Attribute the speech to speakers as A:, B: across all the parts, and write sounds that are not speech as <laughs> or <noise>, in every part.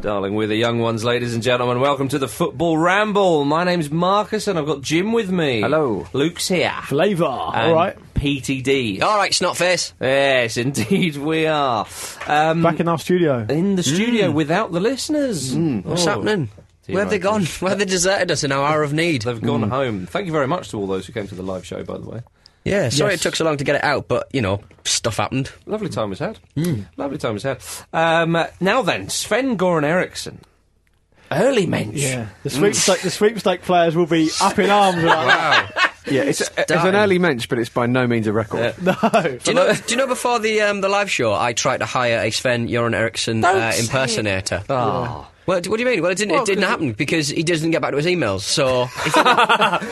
A: Darling, we're the young ones, ladies and gentlemen. Welcome to the Football Ramble. My name's Marcus, and I've got Jim with me.
B: Hello.
A: Luke's here.
B: Flavor. All
A: And
B: right.
A: PTD.
C: All right, snotface.
A: Yes, indeed, we are. Um,
B: Back in our studio.
A: in the studio
B: Mm.
A: without the listeners.
C: What's
A: Oh.
C: happening?
A: Dear
C: Where have they
A: Michael.
C: gone? Where have they deserted us in our hour of need?
A: They've
B: Mm.
A: gone home. Thank you very much to all those who came to the live show, by the way.
C: Yeah, sorry
B: Yes.
C: it took so long to get it out, but, you know, stuff happened.
A: Lovely time was had.
B: Mm.
A: Lovely time was had. Um, uh, now then, Sven Goran Eriksson. Early mensch.
B: Yeah. The sweepstake, the sweepstake players will be up in arms. Wow.
D: Yeah, it's, uh, it's an early mensch, but it's by no means a record.
B: No.
C: Do you know, do you know before the um, the live show, I tried to hire a Sven Göran Eriksson
A: Don't
C: uh,
A: say it.
C: impersonator?
A: Ah.
C: Well, d- what do you mean? Well, it didn't,
A: Well,
C: it didn't
A: 'cause
C: happen because he doesn't get back to his
A: <laughs>
C: emails. So, if you,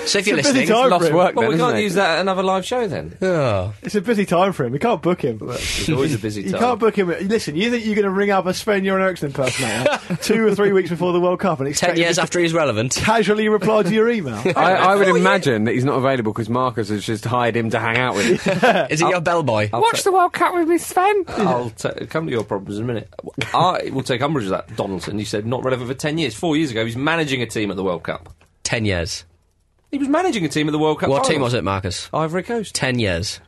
C: so if you're
B: It's a busy
C: listening,
B: time
D: Lost
B: for him.
D: work
A: Well,
D: then,
A: we
D: isn't
A: can't
D: it?
A: use that at another live show
B: <laughs>
A: then.
C: Oh.
B: It's a busy time for him. We can't book him.
A: It's always a busy time.
B: You can't book him. Listen, you think you're going to ring up a Sven Göran Eriksson impersonator two or three weeks before the World Cup and expect
C: ten
B: him
C: years
B: just
C: after
A: <laughs>
C: he's relevant.
B: to casually reply to your email?
D: <laughs> I,
B: <laughs>
D: I
B: Oh,
D: would imagine that he's not available because Marcus has just hired him to hang out with
B: <laughs>
D: him.
C: Is it
A: Oh.
C: your bellboy?
D: Watch the World Cup with me, Sven.
A: I'll t- come to your problems in a minute. I will take umbrage of that, Donaldson. You said not relevant for 10 years. Four years ago, he was managing a team at the World Cup.
C: Ten years.
A: He was managing a team at the World Cup.
C: What team
A: finals.
C: was it, Marcus?
A: Ivory Coast.
C: Ten years.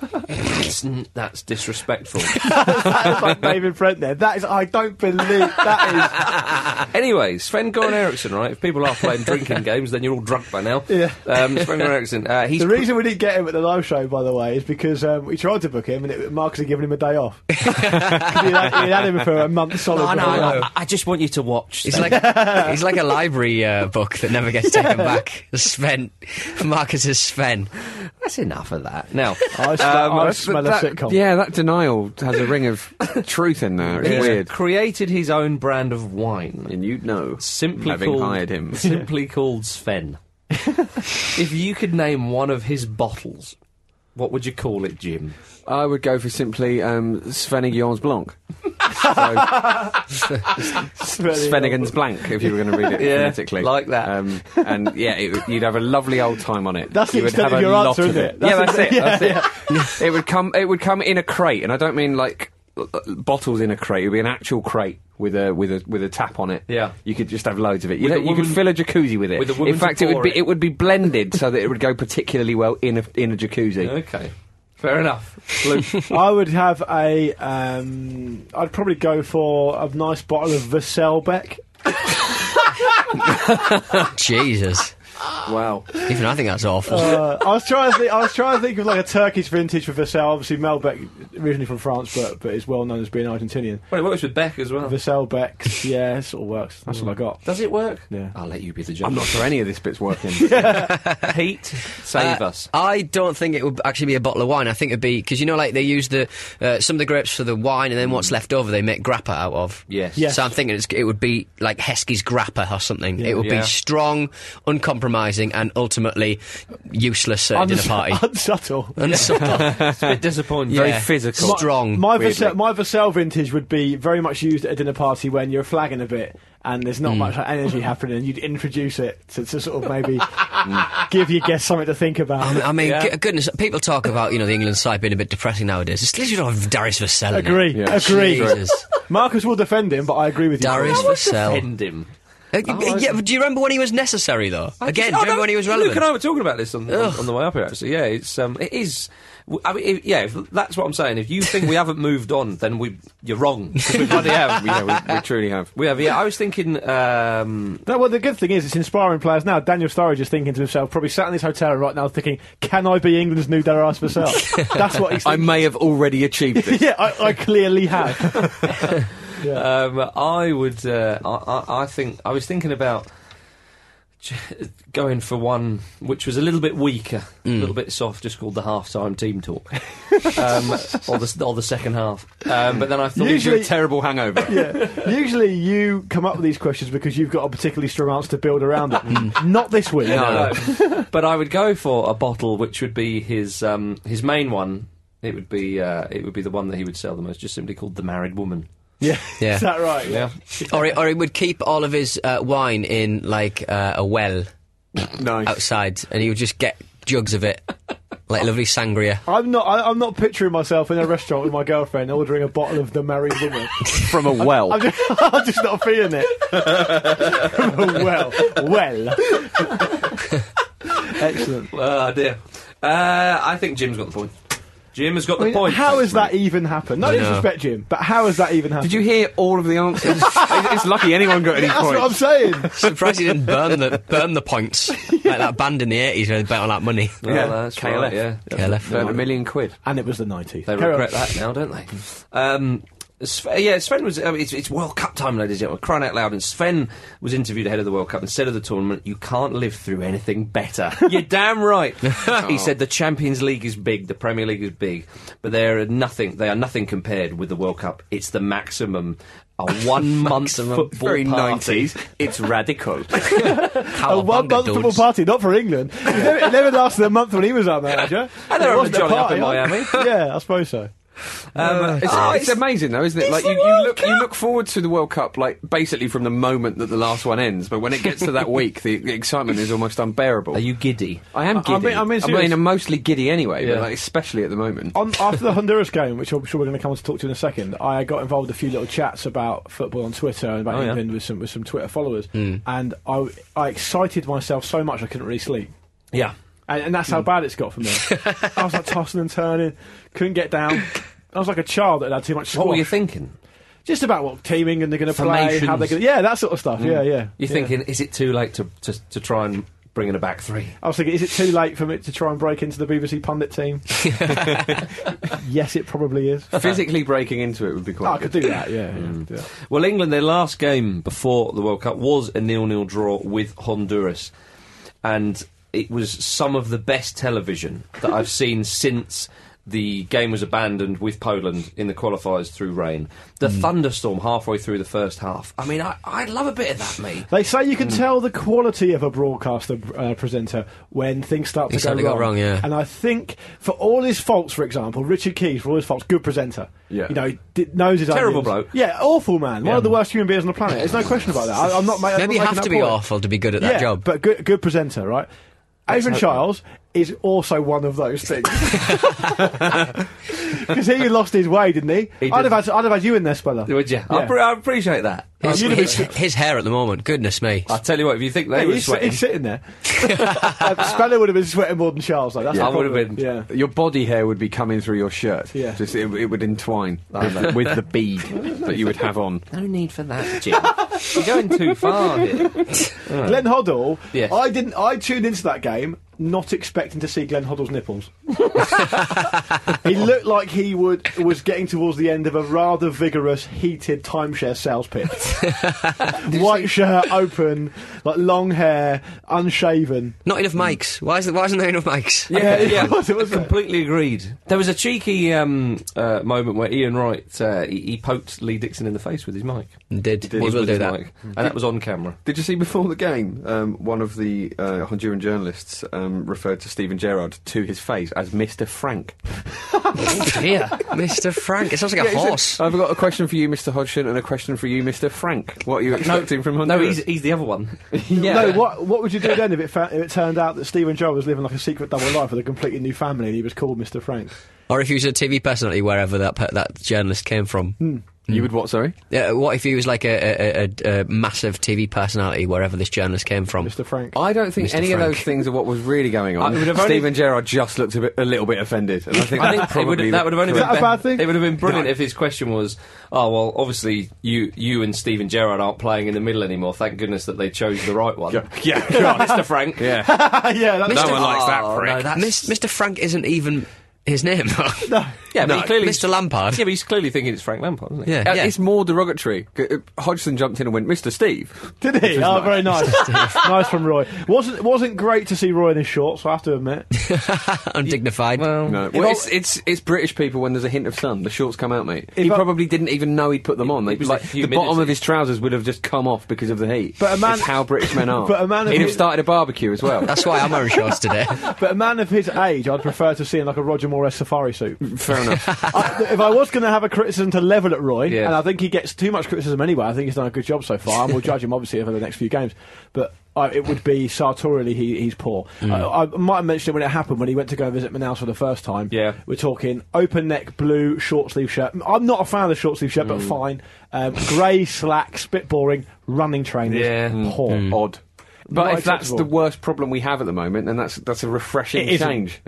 A: That's, that's disrespectful. <laughs>
B: That's like David Brent there. That is, I don't believe that
A: Anyway, Sven Goran Eriksson, right? If people are playing drinking games, then you're all drunk by now.
B: Yeah.
A: Um, Sven Goran Eriksson. Uh,
B: is.
A: he's
B: The reason we didn't get him at the live show, by the way, is because um, we tried to book him and it, Marcus had given him a day off. <laughs> he'd, had, he'd had him for a month solid.
A: Oh, no,
B: before that.
A: no, I, I just want you to watch.
C: He's like he's like a library uh, book that never gets taken back. Sven, Marcus is Sven.
A: That's enough of that. Now,
B: I, sm- I smell a sitcom.
D: Yeah, Um, that denial has a
B: <laughs>
D: ring of truth in there. It's
A: he's
D: weird.
A: created his own brand of wine.
D: And you know,
A: Simply
D: having
A: called,
D: hired
A: <laughs>
D: him.
A: Simply called Sven. if you could name one of his bottles, what would you call it, Jim?
D: <laughs> I would go for simply um, Svenigans
B: <laughs>
D: Blanc. so, Svenigan's Blanc, if you were going to read it
A: Yeah,
D: phonetically.
A: like that.
D: Um, and yeah, it, would- you'd have a lovely old time on it.
B: That's the
D: you would
B: extent
D: have
B: of
D: a
B: your
D: lot
B: answer,
D: of
B: isn't it?
D: yeah,
B: That's
D: that's it.
B: the-
D: That's it. it would come. It would come in a crate, and I don't mean like l- l- bottles in a crate. It would be an actual crate. With a with a with a tap on it,
A: Yeah.
D: You could just have loads of it. You,
A: With a
D: know, you could
A: woman-
D: fill a jacuzzi with it.
A: with a woman
D: in
A: to
D: fact, it would
A: pour
D: be
A: it.
D: it would be blended so that it would go particularly well in a in a jacuzzi.
A: Okay. Fair enough. Luke.
B: I would have a. Um, I'd probably go for a nice bottle of Vasselbeck.
C: Jesus,
D: Wow.
C: even I think that's awful.
A: Oh.
B: Uh, I was trying to think. I was trying to think of like a Turkish vintage for Vassell. Obviously, Melbeck originally from France, but but is well known as being Argentinian.
A: <laughs> Well, it works with Beck as well.
B: Vasselbeck, yeah, it sort of works. That's all I got.
A: Does it work?
B: Yeah.
A: I'll let you be the judge.
D: I'm not sure any of this bit's working.
A: <laughs> Pete, save
C: Uh,
A: us.
C: I don't think it would actually be a bottle of wine. I think it'd be because you know, like they use the uh, some of the grapes for the wine, and then what's
A: Hmm.
C: left over they make grappa out of.
A: Yes.
B: Yes.
C: So I'm thinking it's, it would be like Heskey's grappa or something. it would
A: Yeah.
C: be strong, uncompromising, and ultimately useless at a dinner
B: Uns-
C: party.
B: <laughs> Unsubtle.
C: Unsubtle.
A: It's a bit disappointing.
C: Yeah.
D: Very physical.
C: Strong.
B: My
D: Weirdly.
B: Vassell, my Vassell vintage would be very much used at a dinner party when you're flagging a bit and there's
D: Hmm.
B: not much like,
D: <laughs>
B: energy happening, and you'd introduce it to, to sort of maybe give your guests something to think about.
C: I mean,
A: Yeah.
C: g- goodness, people talk about you know the England side being a bit depressing nowadays. It's literally of Darius Vassell. in it.
B: Agree,
D: Yeah.
B: agree.
C: Jesus.
B: Marcus will defend him, but I agree with you.
C: Darius
A: Just
C: Vassell.
A: defend him.
C: Uh, yeah, but do you remember when he was necessary though? Again,
A: oh,
C: do you remember when he was relevant?
A: Luke and I were talking about this on, on,
C: Ugh.
A: on the way up here. Actually, yeah, it's um, it is. w- I mean, if- yeah, if that's what I'm saying. If you think we haven't moved on, then we you're wrong. 'Cause we bloody have.
D: yeah, we, we truly have.
A: We have. Yeah, I was thinking. Um,
B: No, well, the good thing is it's inspiring players now. Daniel Sturridge is thinking to himself, probably sat in his hotel room right now, thinking, "Can I be England's new Daras
D: <laughs>
B: Vassell?" That's what he's.
D: I
B: Thinking.
D: may have already achieved
B: <laughs>
D: this.
B: yeah, I, I clearly have. <laughs>
A: um, I would. Uh, I, I, I think I was thinking about <laughs> j- going for one which was a little bit weaker,
C: Mm. Hmm.
A: a little bit soft, just called the half-time team talk, <laughs> um, or the or the second half. Um, but then I thought
D: Gives you
B: <laughs>
D: a
B: Usually-
D: terrible hangover.
B: yeah. Usually, you come up with these questions because you've got a particularly strong answer to build around it. <laughs> Not this week.
A: Mm. No, no. <laughs> but I would go for a bottle, which would be his um, his main one. It would be uh, it would be the one that he would sell the most, just simply called the Married Woman.
B: Yeah.
C: Yeah.
B: Is that
A: <laughs>
B: right?
A: Yeah,
C: or, he, or he would keep all of his uh, wine in like uh, a well
D: Nice.
C: outside, and he would just get jugs of it, like lovely sangria.
B: I'm not. I, I'm not picturing myself in a restaurant with my girlfriend ordering a bottle of the married woman. <laughs>
D: From a well.
B: I'm just, <laughs> I'm just not feeling it. <laughs> well, well. <laughs> Excellent.
A: oh dear. Uh, I think Jim's got the point. Jim has got
B: I
A: the
B: mean,
A: point.
B: how has that even happened? No disrespect, Jim, but how has that even happened?
D: Did you hear all of
B: <laughs>
D: the answers? It's- it's lucky anyone got any
B: That's what I'm
D: points.
B: saying.
C: Surprised he didn't burn the burn the points like that band in the eighties where they bet on that money.
A: Well,
D: Yeah,
A: that's
D: KLF.
A: right, yeah.
C: Yeah, left.
D: Burn a million quid.
B: and it was the 90s.
A: They
B: Carry on.
A: regret that now, don't they? Um, Sven, yeah, Sven was. I mean, it's, it's World Cup time, ladies and gentlemen. Crying out loud, and Sven was interviewed ahead of the World Cup and said of the tournament, "You can't live through anything better." <laughs> You're damn right. <laughs> He said the Champions League is big, the Premier League is big, but they are nothing. They are nothing compared with the World Cup. It's the maximum. <laughs> A one month football
D: Very
A: party.
D: nineties. It's radical.
A: Oh,
B: A Oh, one month football party, not
A: <laughs>
B: for England. It never, it never lasted a month when he was our manager.
A: And they
B: It
A: were
B: wasn't a
A: jolly up
B: party,
A: in
B: huh?
A: Miami.
B: <laughs> yeah, I suppose so.
A: Um,
D: It's,
A: oh,
D: it's
A: it's-
D: amazing though, isn't it? Like you, you look you look forward to the World Cup like basically from the moment that the last one ends, but when it gets
B: <laughs>
D: to that week, the, the excitement is almost
A: <laughs>
D: unbearable.
A: are you giddy?
D: I am
B: I- I
D: giddy.
B: mean- I mean,
D: I
B: serious-
D: am mostly giddy anyway,
A: Yeah.
D: but like, especially at the moment.
B: On, after the Honduras game, which I'm sure we're going to come on to talk to in a second, I got involved in a few little chats about football on Twitter and about
A: Oh, yeah. Hmm.
B: England with some with some Twitter followers, and I I excited myself so much I couldn't really sleep.
A: Yeah.
B: And, and that's how
A: Hmm.
B: bad it's got for me. I
A: <laughs>
B: was like tossing and turning, couldn't get down. I was like a child that had had too much
A: What were you
B: squash.
A: thinking?
B: Just about what team England they're going to play, how they're
A: Formations.
B: going to, yeah, that sort of stuff.
A: Hmm.
B: Yeah, yeah.
A: You're
B: yeah.
A: thinking, is it too late to, to, to try and bring in a back three?
B: I was thinking, is it too late for me to try and break into the BBC pundit
C: <laughs>
B: team? yes, it probably is.
D: Physically breaking into it would be
B: Oh, I
D: quite
B: could
D: good.
B: do that. Yeah, yeah, I could do that.
C: Mm.
A: Well, England, their last game before the World Cup was a nil-nil draw with Honduras, and it was some of the best television that
B: <laughs>
A: I've seen since the game was abandoned with Poland in the qualifiers through rain. The
B: Hmm.
A: thunderstorm halfway through the first half. I mean, I, I love a bit of that, me.
B: They say you can
C: Mm.
B: tell the quality of a broadcaster uh, presenter when things start to
C: Things
B: go
C: start to
B: wrong.
C: go wrong, yeah.
B: And I think for all his faults, for example, Richard Keys, for all his faults, good presenter.
D: Yeah.
B: You know, he d- knows his
A: Terrible
B: onions.
A: bloke.
B: Yeah, awful man. One of the worst human beings on the planet. There's no question about that. I, I'm not. ma- I'm
C: <laughs> Maybe you
B: not making
C: have
B: that
C: to be
B: point.
C: awful to be good at that
B: yeah,
C: job.
B: but good, good presenter, right? Adrian Charles is also one of those things <laughs> because he lost his way, didn't he?
A: He
B: I'd
A: did.
B: have had I'd have had you in there, Speller.
A: Would you? I,
B: Yeah.
A: pre- I appreciate that.
C: his,
B: you'd have
C: his, his hair at the moment, goodness me.
A: I tell you what, if you think they
B: Hey,
A: were
B: he's,
A: sweating,
B: <laughs> he's sitting there. <laughs> Uh, Speller would have been sweating more than Charles. Though. That's
A: Yeah.
B: the
A: I would have
B: problem.
A: been.
B: Yeah.
D: Your body hair would be coming through your shirt.
B: Yeah.
D: Just, it, it would entwine with, the- with the
B: <laughs>
D: bead that you would have on.
A: no need for that, Jim. You're going too far. Here.
B: Glenn Hoddle.
A: Yes.
B: I didn't. I tuned into that game not expecting to see Glenn Hoddle's nipples. he looked like he would was getting towards the end of a rather vigorous, heated timeshare sales pitch. White shirt, open, like long hair, unshaven.
C: Not enough mics. Why, is, there- why isn't there enough mics?
A: Yeah, yeah,
B: <laughs> it was, it was a-
A: completely agreed. There was a cheeky um, uh, moment where Ian Wright uh, he, he poked Lee Dixon in the face with his mic.
C: Did.
A: He
C: We will
A: with
C: do
A: his
C: that.
A: mic. and that was on camera.
D: Did you see before the game, um, one of the uh, Honduran journalists um, referred to Stephen Gerrard to his face as Mr. Frank?
C: Dear. Mr. Frank. It sounds like a
D: he said,
C: horse.
D: I've got a question for you, Mr. Hodgson, and a question for you, Mr. Frank. What are you expecting from
A: No,
D: Honduras?
A: he's, he's the other one.
B: No, what what would you do then if it fa- if it turned out that Stephen Joel was living like a secret double life with a completely new family and he was called Mr. Frank?
C: Or if he was a TV personality, wherever that, pe- that journalist came from.
D: You would what? Sorry.
C: Yeah, what if he was like a, a, a, a massive TV personality wherever this journalist came from?
B: Mr. Frank.
D: I don't think
C: Mr.
D: any of
C: Frank.
D: those things are what was really going on.
A: I would have only-
D: Stephen Gerrard just looked a, bit, a little bit offended, and I think,
A: I think <laughs>
D: that's
A: it would,
D: probably
A: that would have only
B: Is
A: been
B: that a
A: be-
B: bad thing?
A: It would have been brilliant
D: No.
A: if his question was, "Oh well, obviously you you and Steven Gerrard aren't playing in the middle anymore. Thank goodness that they chose the right one."
D: yeah,
A: Mr. Frank. <laughs>
D: yeah.
B: <laughs> yeah, that's
D: No one likes that
A: Oh, no,
D: prick.
A: that's-
C: Mis- Mr. Frank isn't even his name. though.
A: yeah, but
C: No.
A: he clearly
C: Mr. Lampard.
A: Yeah, but he's clearly thinking it's Frank Lampard, isn't he?
C: Yeah,
D: Uh,
C: yeah.
D: It's more derogatory. C- uh, Hodgson jumped in and went, "Mr. Steve."
B: Did he? Oh, very nice. nice from Roy. Wasn't wasn't great to see Roy in his shorts. I have to admit.
C: <laughs> undignified.
D: No, well, it's, it's it's British people when there's a hint of sun, the shorts come out, mate. He
B: If I-
D: probably didn't even know he'd put them on. They,
A: It was
D: like,
A: the
D: the
A: humidity.
D: bottom of his trousers would have just come off because of the heat.
B: But a man-
D: it's how
B: <laughs>
D: British men are.
B: But a man of
D: he'd have
B: his-
D: started a barbecue
B: <laughs>
D: as well.
C: That's why I'm wearing shorts today.
B: But a man of his age, I'd prefer to see in like a Roger Morris safari suit.
D: fair enough.
B: <laughs> I, if I was going to have a criticism to level at Roy,
A: Yeah.
B: and I think he gets too much criticism anyway, I think he's done a good job so far, and we'll judge him obviously over the next few games. But I, it would be sartorially he, he's poor.
D: Hmm.
B: Uh, I, I might have mentioned it when it happened when he went to go and visit Manaus for the first time.
A: Yeah.
B: we're talking open neck blue short sleeve shirt. I'm not a fan of the short sleeve shirt,
D: Hmm.
B: but fine. Um, Grey slacks, bit boring. Running trainers,
A: Yeah.
B: poor.
D: Odd. Hmm. But
B: Not
D: if that's the
B: acceptable.
D: worst problem we have at the moment, then that's that's a refreshing
B: It isn't. <laughs>
D: change.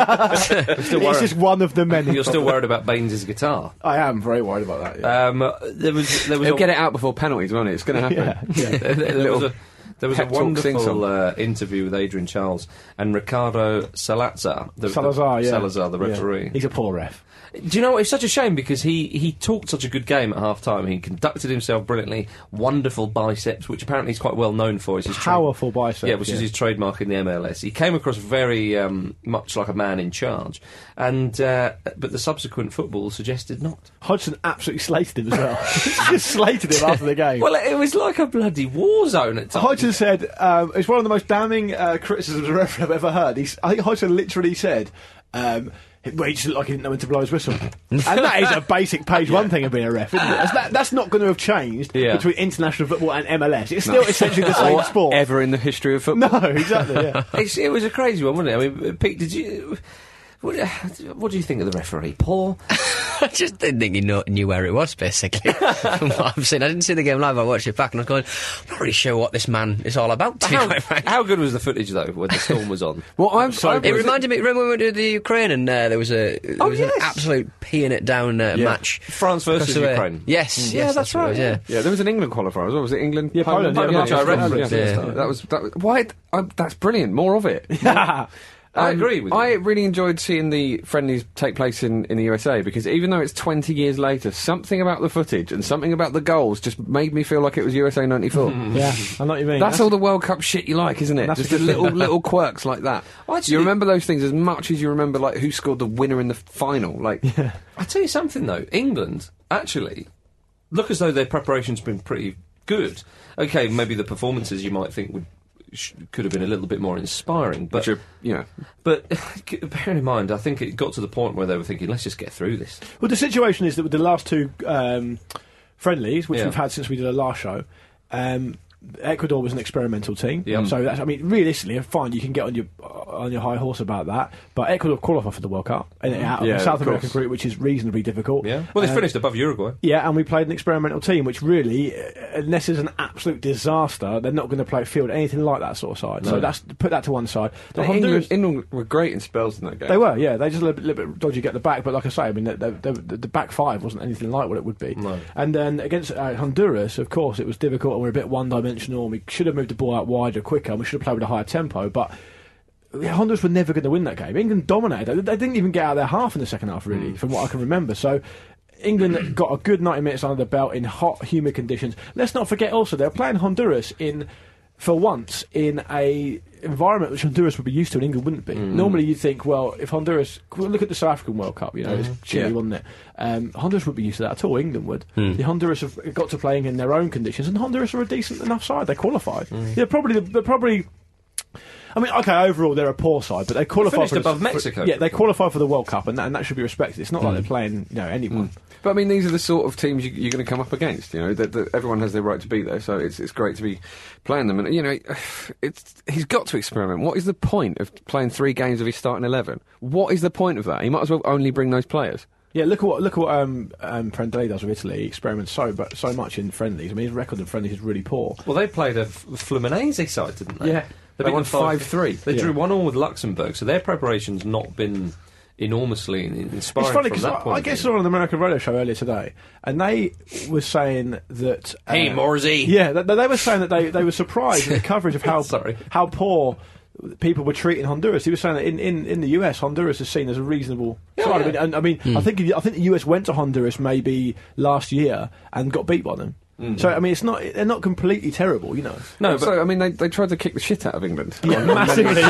A: Still
B: It's
A: worried-
B: just one of the many.
A: You're still worried about Baines' guitar.
B: I am very worried about that. yeah.
A: Um, there was there was
D: He'll
A: a-
D: get it out before penalties, won't it?
B: <laughs>
D: It's going to happen.
A: <laughs> there, there was a, there was a
D: pep talk sing-song.
A: wonderful uh, interview with Adrian Charles and Ricardo Salazar. The,
B: Salazar,
A: the,
B: yeah.
A: Salazar, the
B: Yeah.
A: referee.
B: He's a poor ref.
A: Do you know what? It's such a shame because he, he talked such a good game at half time. He conducted himself brilliantly. Wonderful biceps, which apparently he's quite well known for. It's his tra-
B: Powerful bicep.
A: yeah, which is his trademark in the MLS. He came across very um, much like a man in charge, and uh, but the subsequent football suggested not.
B: Hodgson absolutely slated him as well. <laughs> just slated him after the game.
A: Well, it was like a bloody war zone
B: Oh,
A: at times.
B: Hodgson said um, it's one of the most damning uh, criticisms of a referee I've ever heard. He's, I think Hodgson literally said. Um, well, he just looked like he didn't know when to blow his whistle.
A: <laughs>
B: and that is a basic page one thing of being a ref, isn't it? That's, that, that's not going to have changed
A: Yeah.
B: between international football and MLS. It's
A: <laughs>
B: still essentially the same
D: Or
B: sport.
D: Ever in the history of
B: No, <laughs>
D: football.
B: exactly, yeah.
A: It's, it was a crazy one, wasn't it? I mean, Pete, did you? What, what do you think of the referee? <laughs> Poor.
C: <laughs> I just didn't think he know, knew where it was, basically. <laughs> from what I've seen. I didn't see the game live, I watched it back and I was going, I'm not really sure what this man is all about, to be
A: How,
C: quite <laughs> frank.
A: how good was the footage though when the storm was on?
D: Well, I'm sorry.
C: It reminded me, remember when we went to the Ukraine and uh, there was, a, there
A: Oh,
C: was
A: yes.
C: an absolute peeing it down uh, match.
A: France versus
C: Across the way.
A: Ukraine.
C: Yes, yes,
A: Yeah, that's
C: what it
A: right,
C: was,
A: yeah.
D: Yeah, there was an England qualifier as well. Was it England?
B: Yeah, Poland, yeah,
D: March,
B: yeah,
D: I
B: yeah,
D: remember.
B: yeah.
D: it.
C: Yeah.
D: That was that. Was, why? I, that's brilliant. More
B: <laughs>
D: of it.
A: I
D: Um,
A: agree with you.
D: I really enjoyed seeing the friendlies take place in, in the USA because even though it's 20 years later, something about the footage and something about the goals just made me feel like it was USA 94.
B: <laughs> Yeah, I know what you mean.
D: That's all the World Cup shit you like, isn't it?
B: That's
D: Just
B: a <laughs>
D: the
B: good
D: little little quirks like that.
A: Well, actually-
D: you remember those things as much as you remember like who scored the winner in the final. Like,
A: I tell you something though, England actually look as though their preparation's been pretty good. Okay, maybe the performances you might think would sh- could have been a little bit more inspiring, but
D: which are, you know,
A: but <laughs> bearing in mind, I think it got to the point where they were thinking, let's just get through this.
B: Well, the situation is that with the last two um, friendlies, which
A: Yeah.
B: we've had since we did our last show, um, Ecuador was an experimental team.
A: Yeah.
B: So that's, I mean, realistically, fine, you can get on your on your high horse about that, but Ecuador qualify for the World Cup and
A: Mm.
B: it out of
D: Yeah,
B: the
D: of
B: South
D: course.
B: American group, which is reasonably difficult.
A: Yeah. Uh, Well, they
B: Um,
A: finished above Uruguay.
B: yeah, and we played an experimental team, which really, uh, unless it's an absolute disaster, they're not going to play field anything like that sort of side. So that's put that to one side. The
D: England, England were great in spells in that game.
B: they were, yeah. They just a little bit, little bit dodgy at the back, but like I say, I mean, the, the, the, the back five wasn't anything like what it would be.
A: No.
B: And then against uh, Honduras, of course, it was difficult and we are a bit one dimensional. and We should have moved the ball out wider, quicker, and we should have played with a higher tempo, but. yeah, Honduras were never going to win that game. England dominated. They they didn't even get out of their half in the second half, really, from what I can remember. So, England got a good 90 minutes under the belt in hot, humid conditions. Let's not forget also, they were playing Honduras in for once in a environment which Honduras would be used to and England wouldn't be. Normally, you'd think, well, if Honduras well, look at the South African World Cup, you know, it's chilly,
D: Yeah.
B: wasn't it? Um, Honduras wouldn't be used to that at all. England would. The Honduras have got to playing in their own conditions, and Honduras are a decent enough side. They qualified. They're probably they're probably. I mean, okay. Overall, they're a poor side, but they
A: finished
B: qualified for the-
A: above
B: for-
A: Mexico. Mm.
B: yeah, they qualified for the World Cup, and that, and that should be respected. It's not like they're playing, you know, anyone.
D: But I mean, these are the sort of teams you, you're going to come up against. You know, that, that everyone has their right to be there, so it's it's great to be playing them. And you know, <sighs> it's he's got to experiment. What is the point of playing three games of his starting eleven? What is the point of that? He might as well only bring those players.
B: Yeah, look at what look at what um, um, Prandelli does with Italy. He experiments so but so much in friendlies. I mean, his record in friendlies is really poor.
A: Well, they played a F- Fluminense side, didn't they?
D: Yeah. They
A: beat
D: won
A: them
D: 5-3.
A: They drew one all with Luxembourg, so their preparation's not been enormously in- inspiring
B: It's funny
A: from
B: because
A: that
B: I,
A: point.
B: I
A: of
B: guess I
A: view.
B: was on the American radio show earlier today, and they were saying that. uh,
A: Hey, Morsey.
B: Yeah, th- th- they were saying that they, they were surprised at
A: <laughs>
B: the coverage of how
A: Sorry.
B: how poor people were treating Honduras. He was saying that in, in, in the US, Honduras is seen as a reasonable side. I mean, and, I, mean
A: Hmm.
B: I think I think the US went to Honduras maybe last year and got beat by them.
A: Hmm.
B: So I mean, it's not they're not completely terrible, you know.
A: No, but
D: So I mean, they, they tried to kick the shit out of England,
B: Yeah, <laughs> massively.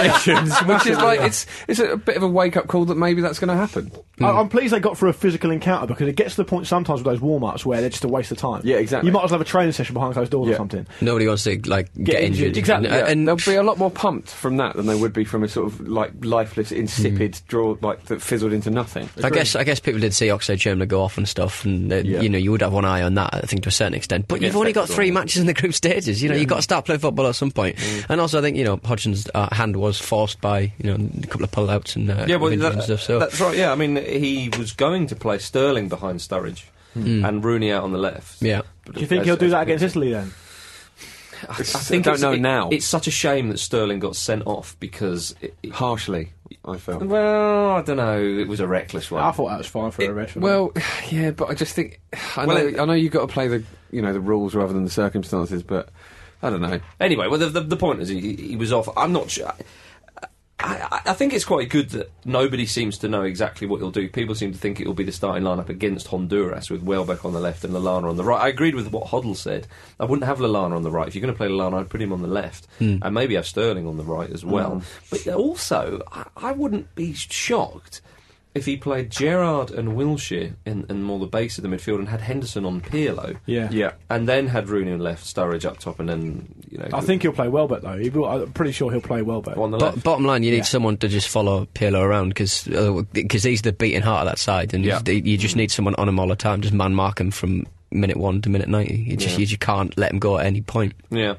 D: <laughs> which is like it's it's a bit of a wake up call that maybe that's going to happen.
B: I, I'm pleased they got for a physical encounter because it gets to the point sometimes with those warm ups where they're just a waste of time.
D: Yeah, exactly.
B: You might as well have a training session behind closed doors or
D: Yeah.
B: something.
C: Nobody wants to like get, injured.
B: injured, exactly,
D: Yeah,
C: And,
D: they'll
C: and
D: be a lot more pumped from that than they would be from a sort of like lifeless, insipid draw like that fizzled into nothing.
C: Hmm. I guess I guess people did see Oxo Chumla go off and stuff, and uh,
D: Yeah.
C: you know you would have one eye on that. I think to a certain extent, but
D: Yeah,
C: you've only got
D: thanks,
C: three
D: yeah.
C: matches in the group stages. You know you've got to start playing football at some point.
A: Mm.
C: And also, I think you know Hodgson's uh, hand was forced by you know a couple of pullouts and uh,
A: yeah, well,
C: injuries
A: that-
C: and stuff. So
A: that's right. Yeah, I mean, he was going to play Sterling behind Sturridge and Rooney out on the left.
C: yeah,
B: Do you think he'll do that against Italy then?
A: I,
D: I don't
A: it's-
D: know
A: it-
D: now.
A: It's such a shame that Sterling got sent off because. It, it-
D: Harshly, I felt.
A: well, I don't know. It was a reckless one.
B: I thought that was fine for a rest.
D: Well, <sighs> yeah, but I just think <sighs> I
A: Well,
D: know
A: it-
D: I know you've got to play the you know the rules rather than the circumstances, but I don't know.
A: Anyway, well, the, the, the point is he, he was off. I'm not sure. I, I, I think it's quite good that nobody seems to know exactly what he'll do. People seem to think it will be the starting lineup against Honduras with Welbeck on the left and Lallana on the right. I agreed with what Hoddle said. I wouldn't have Lallana on the right. If you're going to play Lallana, I'd put him on the left and maybe have Sterling on the right as well. But also, I, I wouldn't be shocked if he played Gerard and Wilshire in, in more the base of the midfield and had Henderson on Pirlo.
B: yeah.
A: And then had Rooney on left, Sturridge up top, and then you know.
B: I think he'll play Welbeck though. He will, I'm pretty sure he'll play Welbeck.
A: on the
C: Bo-
A: left.
C: bottom line, you need someone to just follow Pirlo around because he's the beating heart of that side, and
A: Yeah. Mm.
C: you- you just need someone on him all the time, just man mark him from minute one to minute ninety. You just
A: Yeah.
C: you just can't let him go at any point.
A: yeah.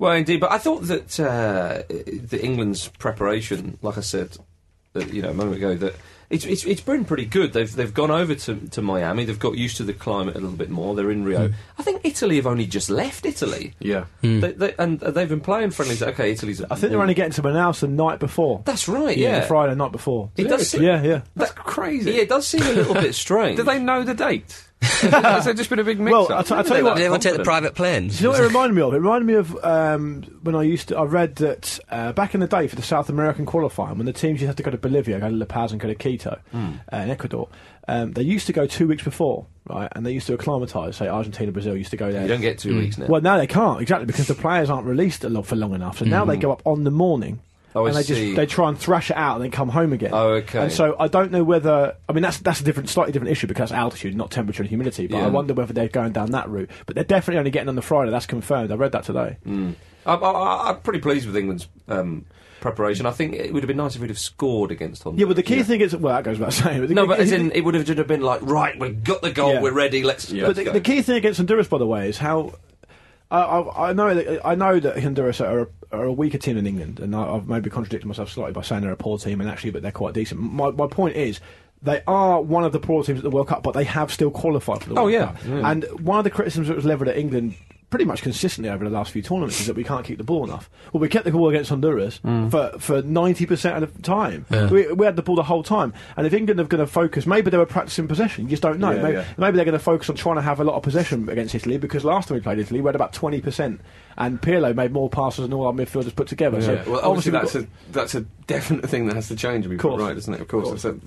A: Well, indeed, but I thought that uh, the England's preparation, like I said, uh, you know, a moment ago, that it's it's, it's been pretty good. They've they've gone over to, to Miami. They've got used to the climate a little bit more. They're in
B: Hmm.
A: Rio. I think Italy have only just left Italy.
D: Yeah.
A: They, they, and they've been playing friendlies. Okay, Italy's. Mm.
B: I think they're only getting to Manaus the night before.
A: That's right. Yeah.
B: the Friday night before.
A: It does seem-
B: Yeah, yeah.
D: That's crazy.
A: Yeah, it does seem a little
B: <laughs>
A: bit strange.
D: Did they know the <laughs> date? Has there just been a big mix
B: Well,
D: up?
B: I t- I tell you what-
C: Did anyone take the private planes?
B: Do you know what it reminded me of? It reminded me of um, when I used to. I read that uh, back in the day for the South American qualifying, when the teams used to have to go to Bolivia, go to La Paz, and go to Quito
A: Hmm.
B: uh, in Ecuador, um, they used to go two weeks before, right? And they used to acclimatise. Say Argentina, Brazil used to go there.
A: You don't get two weeks now.
B: Hmm. Well, now they can't exactly because the players aren't released a lot for long enough. So now they go up on the morning.
A: Mm. Oh, I
B: and they
A: see.
B: just they try and thrash it out and then come home again.
A: Oh, okay.
B: And so I don't know whether I mean that's that's a different, slightly different issue because that's altitude, not temperature and humidity. But
A: Yeah.
B: I wonder whether they're going down that route. But they're definitely only getting on the Friday. That's confirmed. I read that today.
A: Mm. I, I, I'm pretty pleased with England's um, preparation. I think it would have been nice if we'd have scored against Honduras.
B: Yeah, but the key thing is well, that goes without <laughs> saying. the
A: no,
B: key-
A: but as in, it would have just been like, right, we've got the goal,
B: Yeah.
A: we're ready, let's.
B: But the, the key thing against Honduras, by the way, is how. I, I, I know that I know that Honduras are a, are a weaker team than England, and I, I've maybe contradicted myself slightly by saying they're a poor team, and actually, but they're quite decent. My, my point is, they are one of the poor teams at the World Cup, but they have still qualified for the
A: Oh,
B: World
A: yeah.
B: Cup. And one of the criticisms that was levelled at England pretty much consistently over the last few tournaments is that we can't keep the ball enough. Well, we kept the ball against Honduras
A: Mm.
B: for, for 90% of the time. We, we had the ball the whole time. And if England are going to focus, maybe they were practicing possession. You just don't know.
D: Yeah,
B: maybe,
D: yeah.
B: maybe they're going to focus on trying to have a lot of possession against Italy because last time we played Italy, we had about 20%. And Pirlo made more passes than all our midfielders put together. So
D: Yeah. Well, obviously,
B: we've
D: that's
B: got-
D: a that's a definite thing that has to change and be put
B: Course.
D: right, isn't it? Of course.
B: Course.
D: So,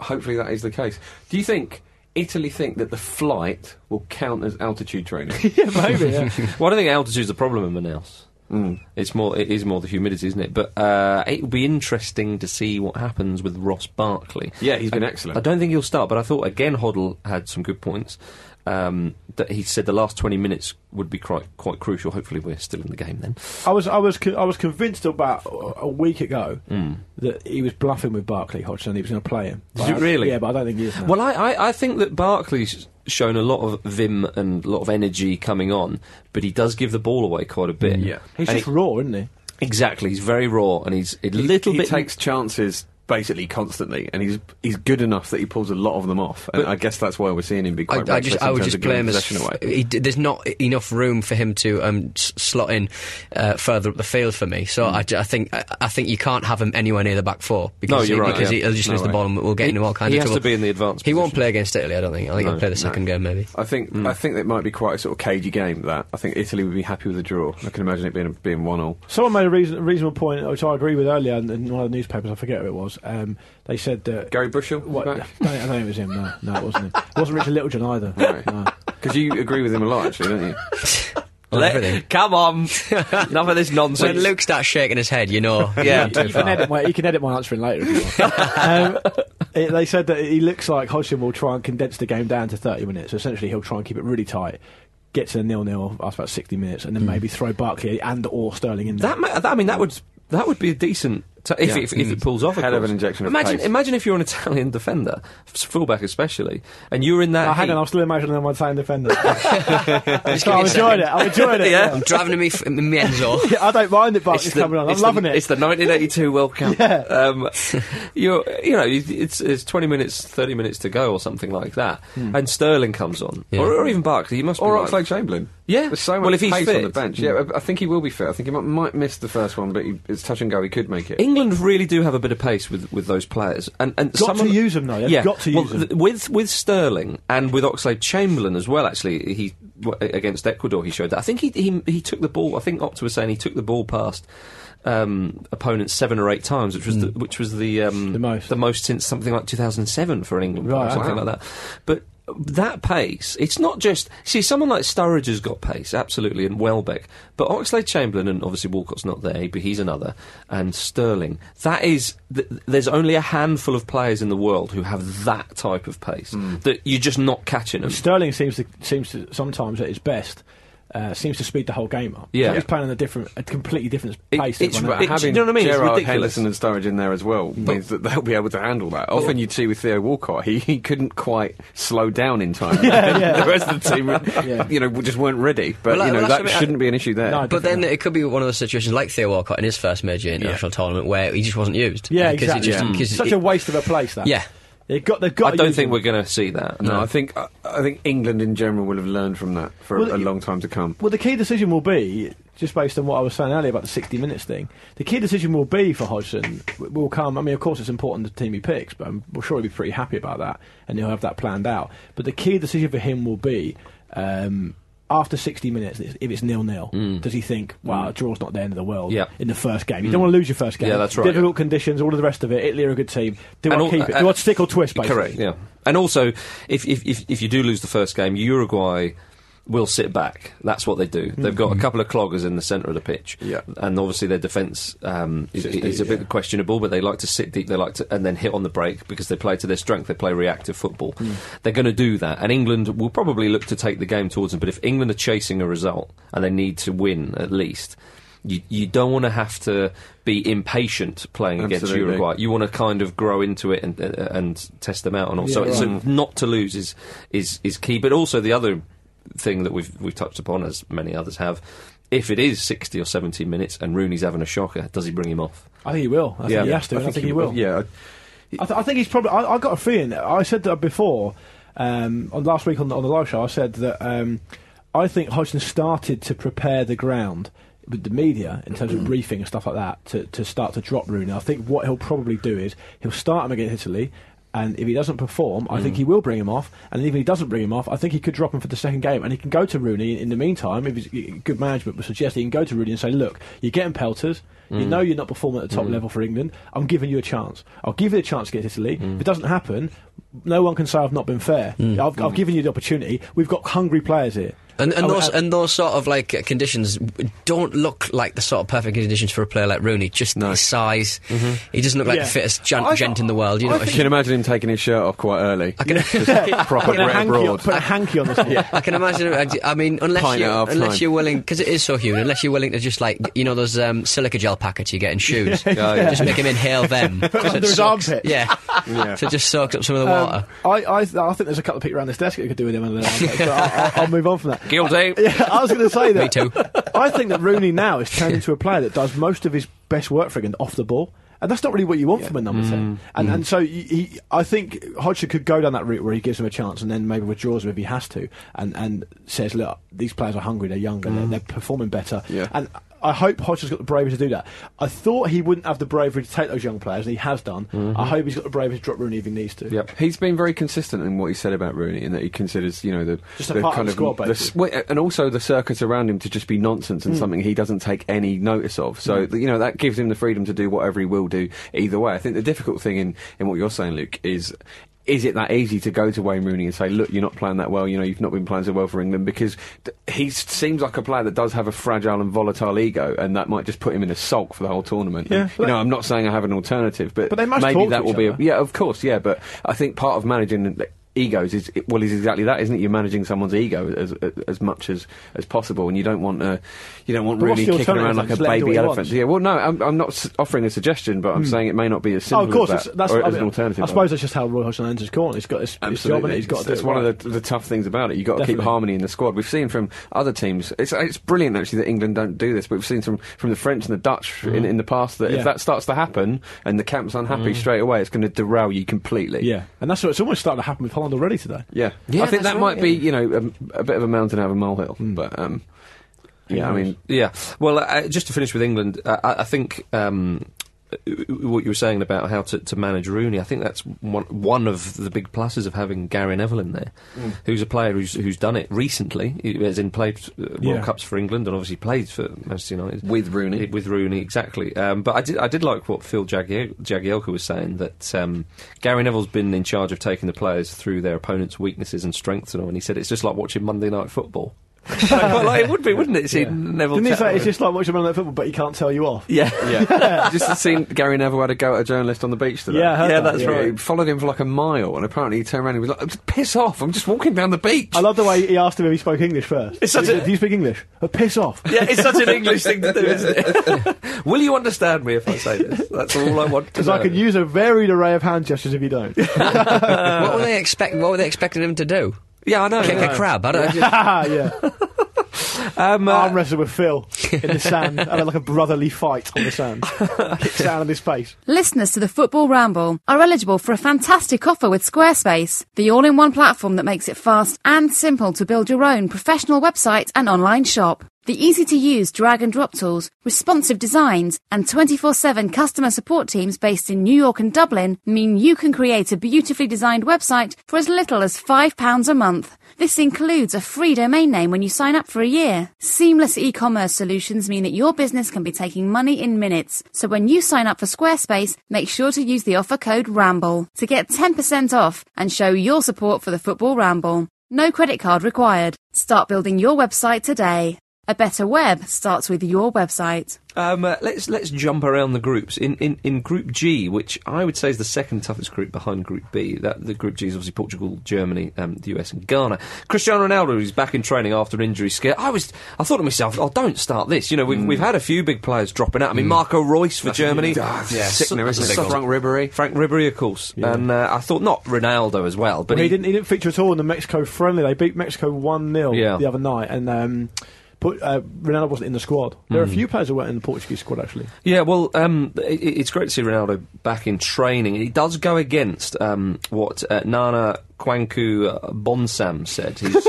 D: hopefully, that is the case. Do you think Italy think that the flight will count as altitude training?
B: <laughs> yeah, maybe. Yeah.
D: <laughs>
A: Well, I don't think altitude's the problem in Manaus.
D: Mm.
A: It's more, it is more the humidity, isn't it? But uh, it will be interesting to see what happens with Ross Barkley.
D: Yeah, he's been excellent.
A: I don't think he'll start, but I thought again Hoddle had some good points. Um, that he said the last 20 minutes would be quite quite crucial. Hopefully, we're still in the game then.
B: I was I was co- I was convinced about a a week ago
D: Hmm.
B: that he was bluffing with Barkley Hodgson. He was going to play him. But
A: you
B: I-
A: really?
B: Yeah, but I don't think he is. Now.
A: Well, I, I, I think that Barkley's shown a lot of vim and a lot of energy coming on, but he does give the ball away quite a bit.
D: Yeah.
B: he's
A: and
B: just
A: he-
B: raw, isn't he?
A: exactly. He's very raw, and he's a little
D: he
A: bit.
D: takes chances basically constantly, and he's he's good enough that he pulls a lot of them off. And I guess that's why we're seeing him be
C: I,
D: quite.
C: I just,
D: reckless
C: I
D: in
C: would
D: terms
C: just
D: of
C: play
D: giving
C: him as.
D: possession away.
C: He, d- there's not enough room for him to um, s- slot in uh, further up the field for me.
A: Hmm.
C: So I, ju- I think I, I think you can't have him anywhere near the back four because,
A: No, you're
C: he,
A: right,
C: because
A: yeah.
C: he'll just
D: No
C: lose the
D: way.
C: ball and we'll get
A: He-
C: into all kinds
A: he
C: of
A: has
C: trouble.
A: to be in the advanced
C: He won't
A: position.
C: play against Italy. I don't think. I think
A: No,
C: he'll play the second game maybe.
D: I think
C: Hmm.
D: I think that might be quite a sort of cagey game. That I think Italy would be happy with a draw. I can imagine it being being one all.
B: Someone made a, reason, a reasonable point, which I agree with earlier in, in one of the newspapers. I forget who it was. Um, they said that.
D: Gary Bushell, <laughs>
B: what, I don't <laughs> I don't think it was him. No, no, it wasn't him. It wasn't Richard Littlejohn
D: <laughs>
B: either. No.
D: because ah. you agree with him a lot, actually, <laughs> don't you?
C: On
A: Let- <laughs>
C: everything.
A: come
C: <laughs>
A: on, enough of this nonsense.
C: When Luke starts shaking his head, you know.
A: <laughs> Yeah.
C: you've gone too
B: You can,
C: far.
B: edit my, you can edit my answer in later. If you want. <laughs> um, it- they said that he looks like Hodgson will try and condense the game down to 30 minutes. So essentially, he'll try and keep it really tight, get to the nil-nil after about 60 minutes, and then maybe throw Barkley and or Sterling in there.
A: That, ma- that I mean, that would that would be a decent t- if,
D: Yeah.
A: if, if
C: Mm.
A: it pulls off.
D: Hell of
A: course.
D: an injection of
A: Imagine,
D: pace.
A: imagine if you're an Italian defender, s- fullback especially, and you're in that.
B: Oh, hang
A: heat.
B: on, I'm still imagining my
A: <laughs>
B: time defender. <laughs> I've
C: a
B: enjoyed it. I've enjoyed it.
A: Yeah.
C: I'm driving to me, f-
A: <laughs>
C: me Enzo.
B: Yeah, I don't mind that Barkley's
A: the-
B: coming on. I'm
A: it's the-
B: loving
A: It's
B: it.
A: the 1982 World Cup.
B: <laughs> Yeah.
A: Um, you're, you know, you- it's, it's 20 minutes, 30 minutes to go or something like that,
B: Hmm.
A: and Sterling comes on,
C: Yeah.
A: or, or even Barkley. He must be
D: Or
A: right.
D: Oxlade Chamberlain.
A: Yeah.
D: There's so much
A: Well, if he's
D: pace
A: fit.
D: on the bench. Yeah,
C: Hmm.
D: I I think he will be fit. I think he might, might miss the first one, but he, it's touch and go. He could make it.
A: England really do have a bit of pace with, with those players, and and
B: Got
A: some
B: to
A: of-
B: use 'em, though. They've
A: yeah,
B: got to
A: well,
B: use 'em.
A: th- with with Sterling and with Oxlade Chamberlain as well. Actually, he w- against Ecuador he showed that. I think he he, he took the ball. I think Opta was saying he took the ball past um, opponents seven or eight times, which was the, which was the um,
B: Hmm. The most.
A: the most since something like 2007 for an England player,
B: Right,
A: something
D: wow.
A: like that. But that pace, it's not just see someone like Sturridge has got pace absolutely, and Welbeck, but Oxlade Chamberlain and obviously Walcott's not there, but he's another, and Sterling. That is, th- there's only a handful of players in the world who have that type of pace
D: Hmm.
A: that you're just not catching them.
B: Sterling seems to seems to sometimes at his best. Uh, seems to speed the whole game up.
A: Yeah.
B: he's playing at a different, a completely different
A: It-
B: pace.
A: it's
B: than
A: ra-
B: everyone else.
A: do you know what I mean? It's
D: Gerrard,
A: ridiculous.
D: Henderson, and Sturridge in there as well means that they'll be able to handle that. Often you'd see with Theo Walcott, he, he couldn't quite slow down in
B: <laughs>
D: time.
B: yeah.
D: <laughs> the rest of the
B: <laughs>
D: team, you know, just weren't ready. But
C: Well,
D: you know,
C: well, that's
D: that
C: what I-
D: shouldn't be an issue there.
B: No,
C: But then it could be one of those situations like Theo Walcott in his first major international tournament where he just wasn't used.
B: yeah,
C: Because he
B: exactly.
C: just- because
B: Such
C: he-
B: a waste of a place. That
C: Yeah.
B: they've got. They've got.
A: I
B: to
A: don't
B: use
A: think
B: him.
A: we're going to see that.
D: No, I think I, I think England in general will have learned from that for
B: Well,
D: a
B: you-
D: long time to come.
B: Well, the key decision will be just based on what I was saying earlier about the 60 minutes thing. The key decision will be for Hodgson w- will come. I mean, of course, it's important the team he picks, but I'm we'll sure he'll be pretty happy about that, and he'll have that planned out. But the key decision for him will be. Um, after 60 minutes, if it's nil nil, does he think, "Wow, a draw's not the end of the world"?
A: Hmm. Yeah. Hmm.
B: In the first game, you don't want to lose your first game.
A: Yeah, that's right,
B: Difficult conditions, all of the rest of it. Italy are a good team. Do
A: And
B: I
A: all-
B: keep it?
A: uh,
B: Do
A: uh,
B: I stick or twist? Basically?
A: Correct. Yeah, and also if if, if if you do lose the first game, Uruguay will sit back. That's what they do. They've got a couple of cloggers in the centre of the pitch.
D: Mm-hmm. Yeah.
A: and obviously their defence um, is,
D: Sits deep,
A: is a bit
D: yeah.
A: questionable, but they like to sit deep. They like to and then hit on the break because they play to their strength. They play reactive football.
D: Mm.
A: They're going to do that, and England will probably look to take the game towards them. But if England are chasing a result and they need to win at least. You, you don't want to have to be impatient playing against
D: Absolutely.
A: Uruguay you want to kind of grow into it and uh, and test them out and all. so,
B: Yeah,
A: so
B: right.
A: not to lose is is is key. But also the other thing that we've we've touched upon, as many others have, if it is sixty or seventy minutes and Rooney's having a shocker, does he bring him off?
B: I think he will. I
A: Yeah.
B: think he has to. and I think, he, will.
D: Yeah,
B: I, th- I think he's probably. I, I got a feeling. I said that before um, on last week on the, on the live show. I said that um, I think Hodgson started to prepare the ground with the media in terms of briefing and stuff like that to, to start to drop Rooney. I think what he'll probably do is he'll start him against Italy. And if he doesn't perform, I
C: Mm.
B: think he will bring him off. And even if he doesn't bring him off, I think he could drop him for the second game. And he can go to Rooney in the meantime. If he's, good management would suggest he can go to Rooney and say, "Look, you're getting pelters. You
C: Mm.
B: know you're not performing at the top level for England. I'm giving you a chance. I'll give you a chance against Italy.
C: Mm.
B: If it doesn't happen, no one can say I've not been fair. I've, I've given you the opportunity. We've got hungry players here.
C: Mm. And, and
B: I-
C: those
B: I-
C: and those sort of like uh, conditions w- don't look like the sort of perfect conditions for a player like Rooney. Just his size,
D: Mm-hmm.
C: he doesn't look like
B: Yeah.
C: the fittest gent,
B: I-
C: gent in the world. You know, <laughs>
D: I can imagine him taking his shirt off quite early. I can proper
B: putting a,
D: red
B: hanky on,
D: abroad.
B: putting a hanky on
C: <laughs>
B: this one.
C: I can imagine. I, I mean, unless
D: Pint
C: you
D: at half
C: unless
D: time.
C: you're willing, because it is so human. Unless you're willing to just like you know those um, silica gel packets you get in shoes,
A: yeah.
C: just make him inhale them. So
B: under
C: it
B: his
C: soaks-
B: armpit.
C: Yeah.
D: Yeah.
C: so it just soaks up some of the
B: Um,
C: water.
B: I, I, th- I think there's a couple of people around this desk that could do with him.
C: <laughs>
B: under their armpits, but I, I, I'll move on from that.
A: Guilty.
B: Yeah, I was going to say that.
C: <laughs> Me too. <laughs>
B: I think that Rooney now is turned into a player that does most of his best work for England off the ball. And that's not really what you want from a
C: Mm.
B: number 10. And, and so he, he, I think Hodgson could go down that route where he gives him a chance and then maybe withdraws him if he has to and, and says, look, these players are hungry, they're younger,
C: Mm.
B: they're, they're performing better.
D: Yeah.
B: And I hope Hodgson's got the bravery to do that. I thought he wouldn't have the bravery to take those young players, and he has done.
C: Mm-hmm.
B: I hope he's got the bravery to drop Rooney if he needs to.
D: Yep, he's been very consistent in what he said about Rooney, and that he considers, you know, the
B: Just a part of the squad,
D: the,
B: basically. Hmm.
D: s- well, and also the circuit around him to just be nonsense and something he doesn't take any notice of. So th- you know that gives him the freedom to do whatever he will do either way. I think the difficult thing in in what you're saying, Luke, is. Is it that easy to go to Wayne Rooney and say, "Look, you're not playing that well. You know, you've not been playing so well for England"? Because th- he s- seems like a player that does have a fragile and volatile ego, and that might just put him in a sulk for the whole tournament.
B: Yeah,
D: And,
B: but-
D: you know, I'm not saying I have an alternative, but,
B: But they must
D: maybe
B: talk to
D: that will
B: each
D: be. A,
B: other.
D: yeah, of course, yeah, but I think part of managing the egos is it- well is exactly that, isn't it? You're managing someone's ego as as much as as possible, and you don't want uh, you don't want
B: But what's
D: really
B: the
D: kicking around
B: alternative?
D: like a
B: Just let him do
D: baby
B: what he
D: elephant.
B: wants.
D: Yeah, well, no, I'm, I'm not s- offering a suggestion, but I'm saying it may not be as simple
B: oh, of course,
D: as
B: it's-
D: that,
B: that's
D: or
B: I
D: as
B: mean,
D: an alternative.
B: I suppose that's just how Roy Hodgson enters corner. He's got his, his job in it. He's got to do
D: That's
B: it
D: one
B: right.
D: of the, the tough things about it. You've got to keep
B: Definitely.
D: harmony in the squad. We've seen from other teams. It's, it's brilliant actually that England don't do this, but we've seen from, from the French and the Dutch in, in the past that
B: Mm-hmm. Yeah. Mm-hmm.
D: if that starts to happen and the camp's unhappy straight away, it's going to derail you completely.
B: Yeah, and that's what it's almost starting to happen with Holland already today.
D: Yeah,
A: Yeah,
D: I think
A: that's
D: that might
A: right,
D: be
A: yeah.
D: you know a, a bit of a mountain out of a molehill,
B: Mm.
D: but um, yeah, I mean,
A: Yeah. Well, uh, just to finish with England, uh, I, I think um, w- w- what you were saying about how to, to manage Rooney, I think that's one, one of the big pluses of having Gary Neville in there,
B: Mm.
A: who's a player who's, who's done it recently, who- as in played uh, World
B: Yeah.
A: Cups for England and obviously played for Manchester United.
D: With Rooney.
B: <laughs>
A: With Rooney, exactly. Um, but I did, I did like what Phil Jagiel- Jagielka was saying, that um, Gary Neville's been in charge of taking the players through their opponent's weaknesses and strengths and all, and he said it's just like watching Monday Night Football. <laughs> Quite like it would be, wouldn't it? See Neville
B: Didn't he
A: chat
B: say
A: with-
B: it's just like watching Monday Night Football, but he can't tell you off?
A: yeah.
D: yeah, just seen Gary Neville had a go at a journalist on the beach today.
B: Yeah, I heard
A: Yeah, that, that's yeah. right.
D: He followed him for like a mile, and apparently he turned around and he was like, "Piss off! I'm just walking down the beach."
B: I love the way he asked him if he spoke English first.
A: It's such
B: do, you-
A: a-
B: do you speak English? Oh, piss off.
A: Yeah, it's such an English thing to do, isn't it? <laughs> Will you understand me if I say this? That's all I
B: <laughs>
A: want to
B: Because
A: know.
B: I could use a varied array of hand gestures if you don't. <laughs>
C: what were they expect? What were they expecting him to do?
A: yeah, I know.
C: Kick
A: yeah.
C: a crab? I
B: <laughs>
C: don't.
B: Ah, yeah.
A: Um, uh,
B: Arm wrestle with Phil in the sand. and like a brotherly fight on the sand. Kicks down in his face.
E: Listeners to the Football Ramble are eligible for a fantastic offer with Squarespace, the all in one platform that makes it fast and simple to build your own professional website and online shop. The easy to use drag and drop tools, responsive designs, and 24 7 customer support teams based in New York and Dublin mean you can create a beautifully designed website for as little as £5 a month. This includes a free domain name when you sign up for a year. Seamless e commerce solutions mean that your business can be taking money in minutes. So when you sign up for Squarespace, make sure to use the offer code RAMBLE to get 10% off and show your support for the Football Ramble. No credit card required. Start building your website today. A better web starts with your website.
A: um, uh, let's let's jump around the groups in, in in Group G, which I would say is the second toughest group behind Group B. That the Group G is obviously Portugal, Germany, um, the US, and Ghana. Cristiano Ronaldo, who's back in training after an injury scare, I was I thought to myself, oh, don't start this. You know,
D: Hmm.
A: we've we've had a few big players dropping out. I mean, Marco Royce for Germany,
D: Ah, it's
A: So-
D: sickening, isn't it?
A: so-
D: Frank Ribery.
A: Frank Ribery, of course, and uh, I thought not Ronaldo as well, but
B: Well, he, didn't. He didn't feature at all in the Mexico friendly. They beat Mexico one 0
A: Yeah.
B: the other night, and um, put, uh, Ronaldo wasn't in the squad. There are a few players who weren't in the Portuguese squad actually.
A: Yeah, well, um, i i- it's great to see Ronaldo back in training. He does go against um, what uh, Nana Kwanku Bonsam said.
D: <laughs>
A: He's,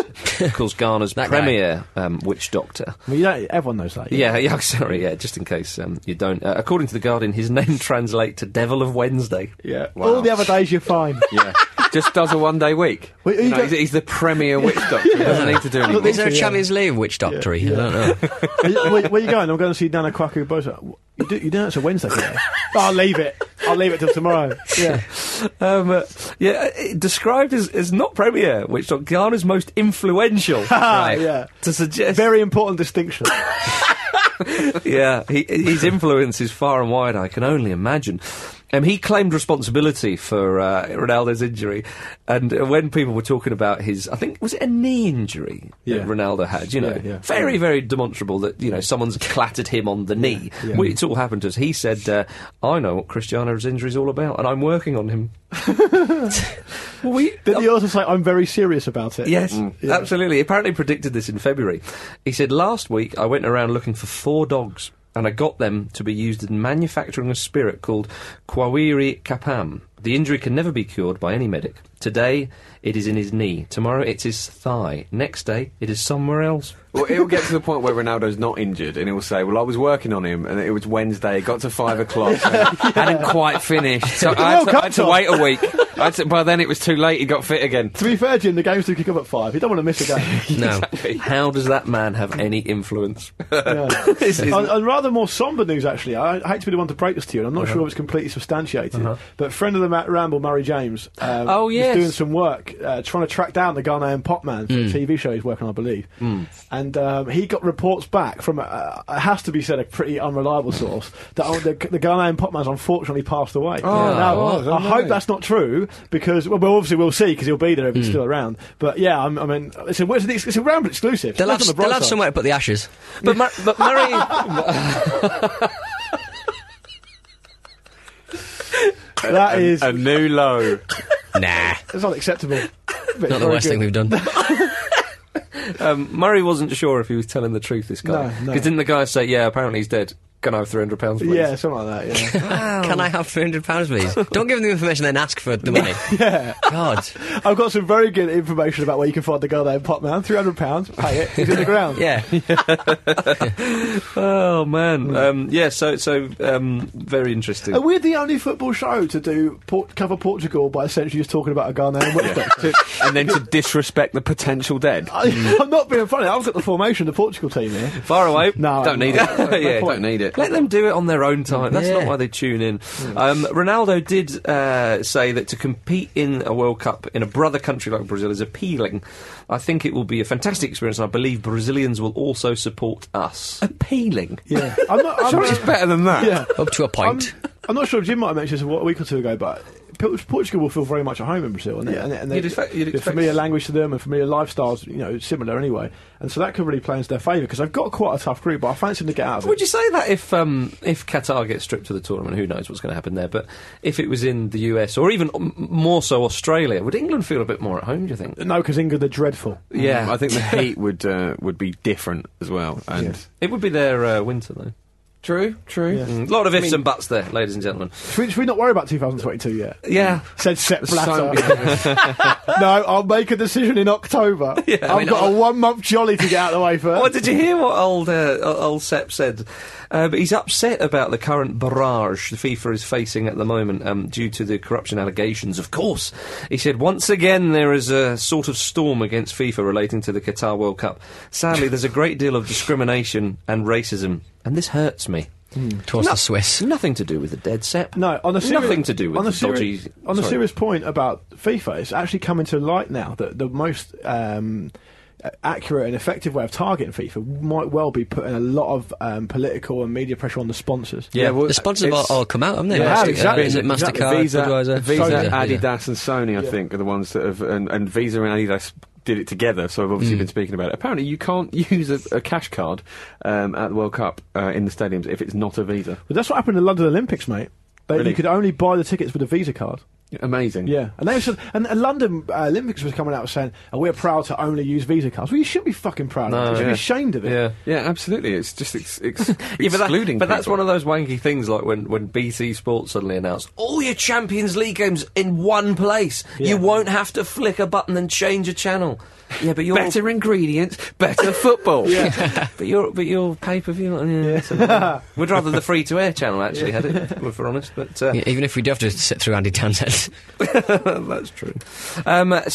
A: of course, Ghana's
C: That guy.
A: premier um, witch doctor.
B: I mean, you don't, everyone knows that.
A: Yeah, yeah, <laughs> sorry, yeah, just in case um, you don't. Uh, according to The Guardian, his name <laughs> translates to Devil of Wednesday.
B: yeah. All the other days you're fine.
D: yeah, just does a one day week.
B: Well, you
D: You know,
B: don't-
D: he's, he's the
A: <laughs>
D: premier witch doctor. He <laughs> doesn't need to do anything.
C: Is there a Champions League witch doctory? I don't know.
B: Are you- where, where you going? I'm going to see Nana Kwaku Bosa. You, do, you know it's a Wednesday today. oh, <laughs> I'll leave it. I'll leave it till tomorrow. <laughs> Yeah.
A: Um, uh, yeah, uh, described as, as not premier witch doctor, Ghana's most
D: <laughs>
A: influential. right.
B: yeah.
A: <laughs> To suggest
B: Very important distinction.
A: yeah, he, his influence is far and wide, I can only imagine. Um, he claimed responsibility for uh, Ronaldo's injury, and uh, when people were talking about his, I think was it a knee injury
B: Yeah.
A: that Ronaldo had? You know,
B: Yeah, yeah.
A: very very demonstrable that you know someone's clattered him on the knee.
B: yeah.
A: We- It's all happened to us. He said, uh, "I know what Cristiano's injury is all about, and I'm working on
B: <laughs>
A: him." <laughs> well, we
B: Did he also say I'm very serious about it?
A: Yes, absolutely. Apparently predicted this in February. He said, Last week I went around looking for four dogs. and I got them to be used in manufacturing a spirit called Kwawiri Kapam. The injury can never be cured by any medic. Today, it is in his knee. Tomorrow, it's his thigh. Next day, it is somewhere else.
D: Well, it'll get to the point where Ronaldo's not injured, and he'll say, "Well, I was working on him, and it was Wednesday. It got to five o'clock, and <laughs> hadn't quite finished. So I
B: World
D: had, to, I had
B: Cup's
D: to
B: on.
D: wait a week. I had to- by then, it was too late. He got fit again.
B: To be fair, Jim, the games do kick up at five. You don't want to miss a game.
C: <laughs> No.
A: How does that man have any influence?
B: Yeah.
A: <laughs> This is-
B: on, on rather more somber news, actually, I, I hate to be the one to break this to you, and I'm not
A: Uh-huh.
B: sure if it's completely substantiated. But friend of the Matt Ramble, Murray James, um,
A: Oh, yes.
B: was doing some work uh, trying to track down the Ghanaian pop man for a TV show he's working on, I believe.
A: Hmm.
B: And um, he got reports back from, uh, it has to be said, a pretty unreliable source <laughs> that oh, the, the Ghanaian pop man's unfortunately passed away. now,
D: oh,
B: I
D: no.
B: hope that's not true because, well, well obviously we'll see because he'll be there if he's still around. But yeah, I'm, I mean, it's a, it's an ex- it's a Ramble exclusive.
C: <laughs> They'll
B: Look on
C: have,
B: the bright
C: they'll have
B: side.
C: somewhere to put the ashes. <laughs>
A: but, Mar- but Murray.
B: That is,
D: A new low.
C: Nah,
B: it's
C: <laughs>
B: unacceptable.
C: not the worst thing we've <laughs> done.
A: Um, Murray wasn't sure if he was telling the truth. This guy,
B: No, no.
A: didn't the guy say, "Yeah, apparently he's dead. Can I have three hundred pounds, please?"
B: Yeah, something like that.
C: <laughs>
B: Yeah,
C: Can I have three hundred pounds, please? Don't give them the information, then ask for the money. yeah. God.
B: I've got some very good information about where you can find the guy there in Potman. Three hundred pounds, pay it.
C: <laughs>
B: He's in the ground.
C: Yeah.
A: Oh
B: Mm.
A: man. Um, yeah. So so um, very interesting.
B: Are we the only football show to do port- cover Portugal by essentially just talking about a Ghanaian witness?
C: <laughs>
D: To- <laughs> and then to disrespect the potential dead.
B: I I'm not being funny. I've got the formation of the Portugal team here.
A: Far away.
B: No,
D: Don't need <laughs>
A: Yeah,
D: it.
A: yeah.
D: Don't need it.
A: Let them do it on their own time. That's not
C: Yeah.
A: why they tune in. Um, Ronaldo did uh, say that to compete in a World Cup in a brother country like Brazil is appealing. I think it will be a fantastic experience, and I believe Brazilians will also support us.
D: Appealing.
B: Yeah, I'm not.
C: <laughs>
B: I'm
D: Sure,
B: not-
D: it's better than that.
B: Yeah,
C: Up to a point.
B: I'm, I'm not sure if Jim might have mentioned this a week or two ago, but P- Portugal will feel very much at home in Brazil, and, they- and, they- and they,
A: You'd expect- you'd
B: they're
A: expect-
B: familiar language to them and familiar lifestyles, you know, similar anyway, and so that could really play into their favour because they've got quite a tough group, but I fancy them to get out of it.
A: Would you say that if um, if Qatar gets stripped to the tournament, who knows what's going to happen there? But if it was in the US or even m- more so Australia, would England feel a bit more at home? Do you think?
B: No, because England are dreadful.
A: Yeah,
D: I <laughs> think the heat would uh, would be different as well. And
A: it would be their uh, winter though.
D: true, true.
B: Yeah.
A: A Mm, lot of ifs and buts there, ladies and gentlemen. Mm.
B: Should we, should we not worry about 2022 yet?
A: Yeah,
B: Said Sepp
D: So-
B: Blatter. <laughs> no, I'll make a decision
A: <laughs>
B: in October. I've
C: mean,
B: got
C: I'll-
B: a one month jolly to get out of the way first.
A: Well, did you hear what old uh, old Sepp said? Uh, but he's upset about the current barrage the FIFA is facing at the moment um, due to the corruption allegations. Of course, he said once again there is a sort of storm against FIFA relating to the Qatar World Cup. Sadly, there's a great deal of discrimination and racism, and this hurts me.
C: Towards the Swiss.
A: Nothing to do with the dead Sepp.
B: Hmm. No, on a serious,
A: nothing to do with
B: on a
A: the dodgy.
B: serious, on a
A: sorry.
B: serious point about FIFA, it's actually coming to light now that the most um, a- accurate and effective way of targeting FIFA might well be putting a lot of um, political and media pressure on the sponsors.
D: Yeah, well,
C: The sponsors have all,
D: it's-
C: all come out, haven't they?
B: Yeah,
C: Mastic- uh,
B: exactly,
C: Is it
B: exactly.
C: Mastercard,
D: Visa,
C: Budweiser,
D: Visa,
C: Sony?
D: Adidas, and Sony, I think, are the ones that have, and, and Visa and Adidas did it together. So I've obviously been speaking about it. Apparently, you can't <laughs> use a, a cash card um, at the World Cup uh, in the stadiums if it's not a Visa.
B: But that's what happened in the London Olympics, mate. They,
D: Really?
B: You could only buy the tickets with a Visa card.
D: Amazing.
B: Yeah, and they said, and uh, London uh, Olympics was coming out saying, oh, "We're proud to only use Visa cards." Well, you should be fucking proud. of it. You should
D: yeah.
B: be ashamed of it.
A: Yeah.
D: Yeah, absolutely. It's just ex- ex-
A: Yeah, but, that-
D: excluding.
A: but that's
D: people.
A: one of those wanky things, like when, when BT Sports suddenly announced all your Champions League games in one place. You won't have to flick a button and change a channel. Yeah, but your
D: better ingredients, better football.
A: but your but your pay per view. Yeah, it's annoying. We'd rather the free to air channel actually had it, if we're honest. But uh,
C: Yeah, even if we do have to sit through Andy <laughs> Townsend.
A: <laughs> that's true. Um, uh,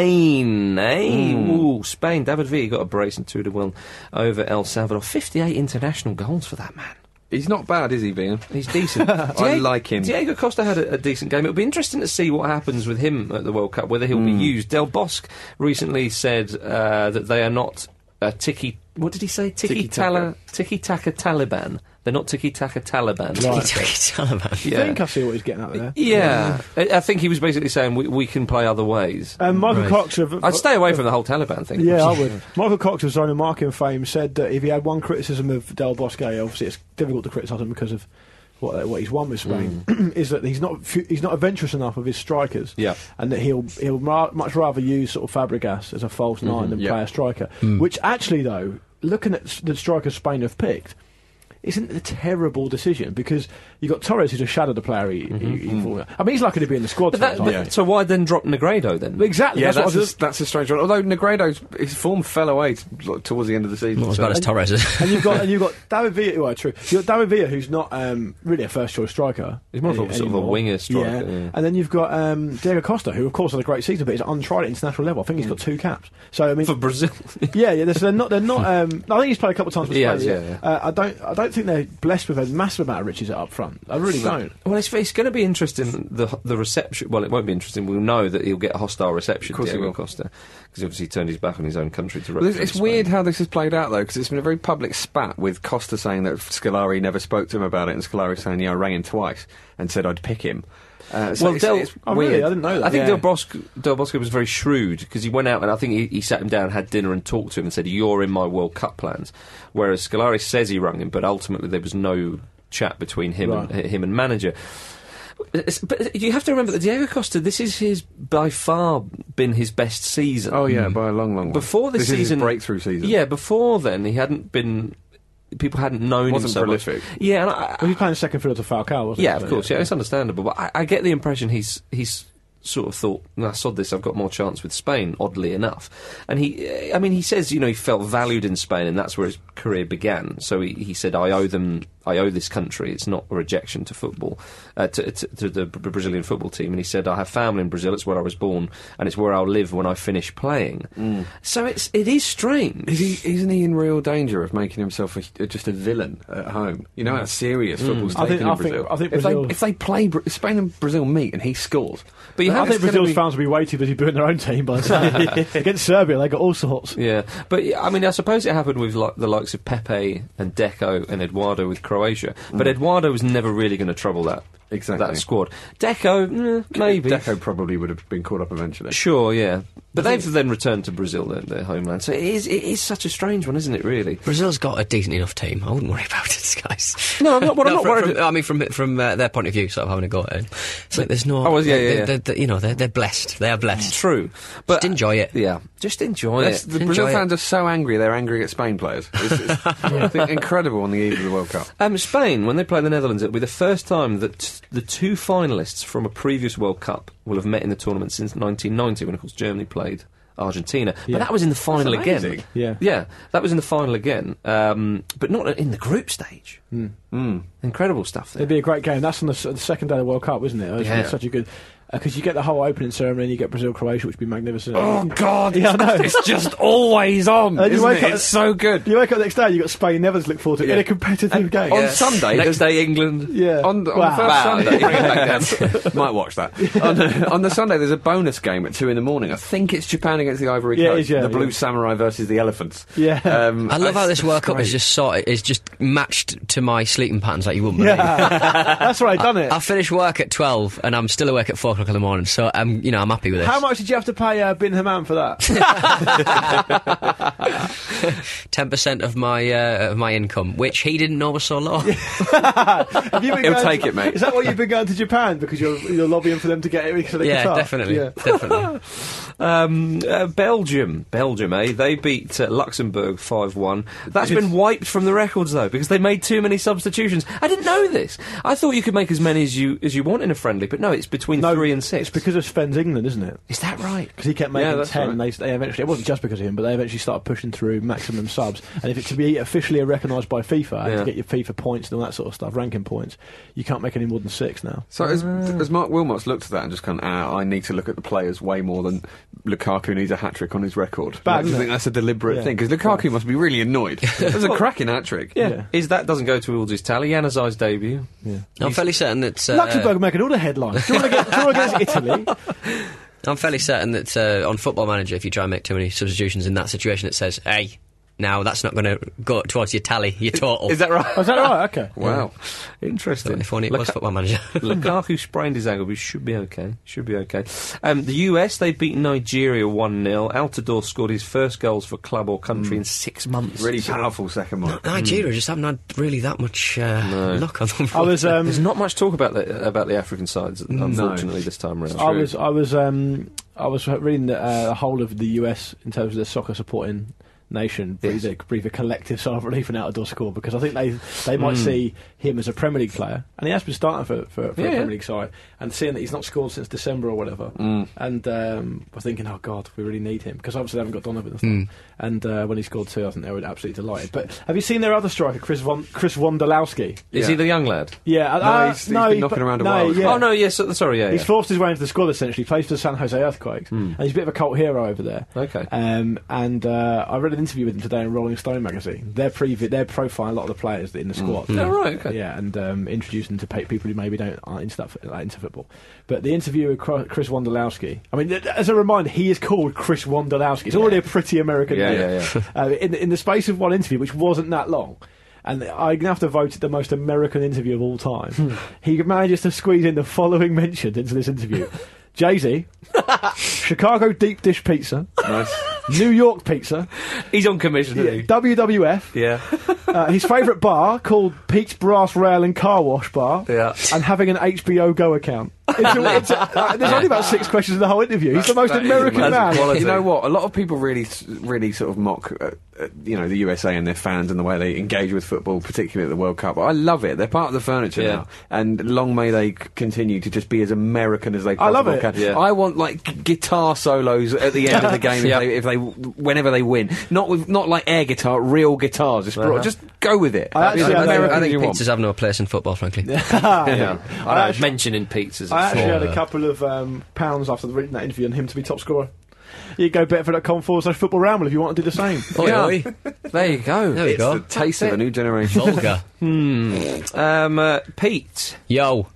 A: Spain, eh?
D: Hmm.
A: Ooh, Spain. David Villa got a brace and two to one over El Salvador. Fifty-eight international goals for that man.
D: <laughs> He's not bad, is he, Bean?
A: He's
D: <laughs>
A: decent.
D: I like him.
A: Diego Costa had a, a decent game. It'll be interesting to see what happens with him at the World Cup, whether he'll be used. Del Bosque recently said uh, that they are not a tiki. What did he say? Tiki tala, tiki taka Taliban. They're not tiki taka Taliban.
C: He took it all about.
B: I think I see what he's getting at there.
A: <laughs> Yeah, I, I think he was basically saying we, we can play other ways.
B: Um, Michael
C: Right.
B: Cox of
A: I'd stay away from the whole Taliban thing.
B: Yeah, I would. <laughs> Michael Cox of Zone and Marking fame said that if he had one criticism of Del Bosque, obviously it's difficult to criticise him because of what, what he's won with Spain, <clears throat> is that he's not fu- he's not adventurous enough of his strikers.
A: Yeah.
B: and that he'll he'll ra- much rather use sort of Fabregas as a false 9 than
D: yeah.
B: Mm. play a striker. Which actually, though, looking at s- the strikers Spain have picked. isn't a terrible decision because you got Torres who just shadowed a player. He, he- he thought- I mean, he's likely to be in the squad.
A: But that,
B: tonight,
A: but-
B: aren't
A: So why then drop Negredo then?
B: they? exactly.
D: Yeah,
B: that's,
D: that's,
B: what I was
D: a, that's a strange one. Although Negredo's his form fell away t- like, towards the end of the season.
C: Not as
D: so-
C: bad as Torres.
B: and you've got and you've got David Villa. Who are true. You've got David Villa, who's not um, really a first choice striker.
A: He's more of a
B: any-
A: sort of a
B: anymore.
A: winger striker, yeah.
B: And then you've got um, Diego Costa, who of course had a great season, but he's untried at international level. I think he's got two caps. So I mean,
A: <laughs> Mm. for Brazil.
B: yeah, yeah. They're, so they're not. They're not.
A: <laughs>
B: Um, I think he's played a couple of times. For
A: He
B: Spain.
A: has, yeah,
B: Uh, I don't. I don't think they're blessed with a massive amount of riches up front. I really don't.
A: well, it's, it's going to be interesting the the reception. Well, it won't be interesting. We'll know that he'll get a hostile reception.
D: Of course he
A: Diego
D: will.
A: Costa, because obviously he turned his back on his own country to
D: Well, it's,
A: represent
D: it's
A: Spain.
D: weird how this has played out though, because it's been a very public spat with Costa saying that Scolari never spoke to him about it, and Scolari saying, "Yeah, I rang him twice and said I'd pick him." Uh, so
A: well,
D: it's,
A: Del,
D: it's
B: Oh,
D: weird.
B: really? I didn't know that.
A: I think
B: Yeah.
A: Del, Bosco, Del Bosco was very shrewd because he went out and I think he, he sat him down, had dinner, and talked to him and said, "You're in my World Cup plans." Whereas Scolari says he rung him, but ultimately there was no chat between him and him and manager. It's- But you have to remember that Diego Costa, this is his by far been his best season.
D: Oh
B: Hmm.
D: yeah, by a long, long way.
A: Before this,
D: This is his
A: season,
D: breakthrough season.
A: Yeah, before then he hadn't been. People hadn't known him
D: Wasn't
A: so much.
D: prolific.
A: Yeah, and I,
B: Well, he's playing second fiddle to Falcao, wasn't he?
A: yeah, of
B: So,
A: course. Yeah, it's understandable. But I, I get the impression he's he's sort of thought, nah, sod this. I've got more chance with Spain. Oddly enough, and he, eh, I mean, he says you know he felt valued in Spain, and that's where his career began. So he, he said, I owe them, I owe this country. It's not a rejection to football, uh, to, to to the Bra- Brazilian football team. And he said, I have family in Brazil. It's where I was born, and it's where I'll live when I finish playing. So it's it is strange.
D: Is he, isn't he in real danger of making himself a, just a villain at home? You know how serious football's
B: Hmm. I
D: taken
B: think- I
D: in
B: think-
D: Brazil.
B: I think
D: if,
B: Brazil-
D: They, if they play Bra- Spain and Brazil meet and he scores,
A: But you
D: then
A: have
B: I
D: it's
B: think
D: gonna
B: Brazil's
D: be-
B: fans will be way too busy booing their own team
A: <laughs>
B: by the time. Against Serbia, they got all sorts.
A: Yeah, but yeah, I mean, I suppose it happened with like, the likes of Pepe and Deco and Eduardo with Croatia. But Eduardo was never really going to trouble that
D: Exactly.
A: that squad. Deco, mm, maybe.
D: Deco probably would have been caught up eventually.
A: Sure, yeah, but they've then returned to Brazil, their, their homeland. So it is, it is such a strange one, isn't it? Really,
C: Brazil's got a decent enough team. I wouldn't worry about it, <laughs> guys.
A: No, I'm not- what I'm not
C: from-
A: worried-
C: from- I mean, from from uh, their point of view, sort of having a go at it. It's like there's no.
A: Oh, well, yeah, yeah,
C: they-
A: yeah.
C: they- they- you know, they're, they're blessed. They are blessed.
A: true. But
C: Just enjoy it.
A: Yeah, just enjoy
D: That's-
A: it.
D: the
C: Enjoy
D: Brazil
C: it.
D: fans are so angry; they're angry at Spain players. It's,
B: <laughs>
D: it's I think incredible on the eve of the World Cup.
A: Um, Spain, when they play the Netherlands, it'll be the first time that t- the two finalists from a previous World Cup will have met in the tournament since 1990, when of course Germany played Argentina. But that was in the final again.
D: amazing.
B: Yeah.
A: yeah, that was in the final again, um, but not in the group stage.
B: Hmm.
A: Hmm. Incredible stuff. There.
B: It'd be a great game. That's on the, s- the second day of the World Cup, isn't it? It's
A: Yeah.
B: such a good because you get the whole opening ceremony, and you get Brazil Croatia, which would be magnificent.
D: Oh, God!
B: Yeah, I know.
D: It's just always on.
B: And you
D: isn't
B: wake
D: it?
B: up-
D: It's so good.
B: You wake up the next day, you have got Spain never to look forward to in a competitive game.
D: On Sunday,
A: next
D: there's-
A: day England.
B: yeah,
D: On, the- on
B: Wow. <laughs>
D: the first Sunday, <laughs> might watch that. on, on the Sunday, there's a bonus game at two in the morning. I think it's Japan against the Ivory
B: Yeah, it
D: Coast.
B: is, yeah,
D: the Blue
B: yeah.
D: Samurai versus the Elephants.
B: Yeah.
D: Um,
C: I love how this World Cup
D: great.
C: is just sort is just matched to my sleeping patterns like you wouldn't believe.
B: Yeah, <laughs> that's right, done
C: <laughs>
B: it.
C: I finish work at twelve and I'm still awake at four o'clock in the morning, so I'm you know I'm happy with this.
B: How much did you have to pay uh, Bin Hammam for that?
C: Ten percent of my uh, of my income, which he didn't know was
A: <laughs>
C: so low.
B: Have you been
D: He'll
B: going
D: take
B: to-
D: it, mate.
B: Is that why you've been going to Japan because you're, you're lobbying for them to get it? So they
C: yeah,
B: can
C: definitely,
A: <laughs>
C: definitely.
A: Um, uh, Belgium, Belgium, eh? They beat uh, Luxembourg five-one. That's been wiped from the records though because they made too many substitutions. I didn't know this. I thought you could make as many as you as you want in a friendly, but no, it's between three and six.
B: It's because of Sven's England, isn't it?
A: Is that right?
B: Because he kept making
A: Yeah, that's
B: ten,
A: right.
B: and they, they eventually it wasn't just because of him, but they eventually started pushing through maximum subs. And if it's to be officially recognised by FIFA,
A: Yeah.
B: to get your FIFA points and all that sort of stuff, ranking points, you can't make any more than six now.
D: So as,
B: Uh.
D: as Mark Wilmot's looked at that and just gone, ah, I need to look at the players way more than Lukaku needs a hat trick on his record.
B: bad,
D: I just
B: isn't
D: think
B: it?
D: that's a deliberate
B: Yeah.
D: thing because Lukaku must be
B: <laughs>
D: really annoyed. That's a cracking hat trick.
A: Yeah.
B: Yeah.
A: Is that doesn't go towards his tally? Yanazai's debut.
C: I'm fairly certain that uh,
B: Luxembourg making all the headlines. Draw against, draw against Italy.
C: I'm fairly certain that uh, on Football Manager, if you try and make too many substitutions in that situation, it says, "Hey, now that's not going to go towards your tally, your total."
A: Is that right?
B: Oh, <laughs> is that right? Okay.
D: Wow.
A: Interesting.
C: if only it was
A: Luka-
C: Football Manager. <laughs>
A: Lukaku sprained his ankle, but he should be okay. Should be okay. Um, the US they beat Nigeria one 0 Altidore scored his first goals for club or country in six months.
D: Really powerful second one.
C: Nigeria just haven't had really that much uh, luck on them.
B: I
C: <laughs>
B: was um,
A: There's not much talk about the about the African sides, unfortunately, this time around.
B: I was I was um, I was reading the uh, whole of the US in terms of the soccer supporting nation breathe, a, breathe a collective sigh of relief in outdoor score because I think they they
D: Hmm.
B: might see him as a Premier League player and he has been starting for, for, for a Premier League side and seeing that he's not scored since December or whatever
D: Hmm.
B: and um, we're thinking oh god we really need him because obviously they haven't got Donovan
D: Hmm.
B: and, stuff.
C: Hmm.
B: and uh, when he scored two I think they were absolutely delighted but have you seen their other striker Chris Von, Chris Wondolowski
A: Is he the young lad?
B: yeah
D: No,
B: uh,
D: he's- he's
B: no,
D: been
B: he-
D: knocking around a
B: no,
D: while, isn't he?
B: yeah.
A: Oh no, yes. uh, sorry, yeah. Hmm.
B: He's
A: yeah.
B: forced his way into the squad essentially. Plays for the San Jose Earthquakes, and he's a bit of a cult hero over there.
A: Okay.
B: Um, and uh, I read an interview with him today in Rolling Stone magazine. They're preview, they're profiling a lot of the players in the squad.
A: Oh, right, okay.
B: Yeah, and um, introducing them to pa- people who maybe don't aren't into that like, into football. But the interview with Cro- Chris Wondolowski. I mean, th- th- as a reminder, he is called Chris Wondolowski. It's already a pretty American
A: Yeah,
B: name.
A: yeah,
B: <laughs> uh, in, in the space of one interview, which wasn't that long. And I'm going to have to vote it the most American interview of all
A: Hmm.
B: time. he manages to squeeze in the following mentions into
A: <laughs>
B: this interview Jay Z, Chicago deep dish pizza,
D: Nice.
B: New York pizza,
A: <laughs> He's on commission, isn't
B: WWF,
A: he? <laughs> Yeah.
B: uh, his favourite bar called Pete's Brass Rail and Car Wash Bar,
A: Yeah.
B: and having an HBO Go account. It's a, it's a, uh, there's only about six questions in the whole interview. He's the most
D: That is
B: American
D: amazing.
B: man.
A: quality.
D: You know what? A lot of people really, s- really sort of mock, uh, uh, you know, the USA and their fans and the way they engage with football, particularly at the World Cup. I love it. They're part of the furniture
A: Yeah.
D: now, and long may they c- continue to just be as American as they.
B: I love
D: possibly
B: it.
D: Can.
A: Yeah.
D: I want like g- guitar solos at the end of the game
A: Yeah.
D: if, they, if they, whenever they win, not with not like air guitar, real guitars. Just, brought, just go with it.
B: I
D: That'd be
B: actually had
D: as
B: a-
D: American
C: I
D: as
C: think
D: you want.
C: pizzas have no place in football, frankly.
A: yeah. I
B: I
A: know.
B: actu-
A: mentioning pizzas.
B: I actually had
C: Yeah.
B: a couple of um, pounds after reading that interview on him to be top scorer. You go betfair.com forward slash football ramble if you want to do
A: <laughs>
B: the same.
C: Oi, oi.
A: There you go. <laughs>
C: There we
D: It's
C: go.
D: the taste of a new generation.
C: <laughs> Vulgar.
A: Um, uh, Pete,
C: Yo.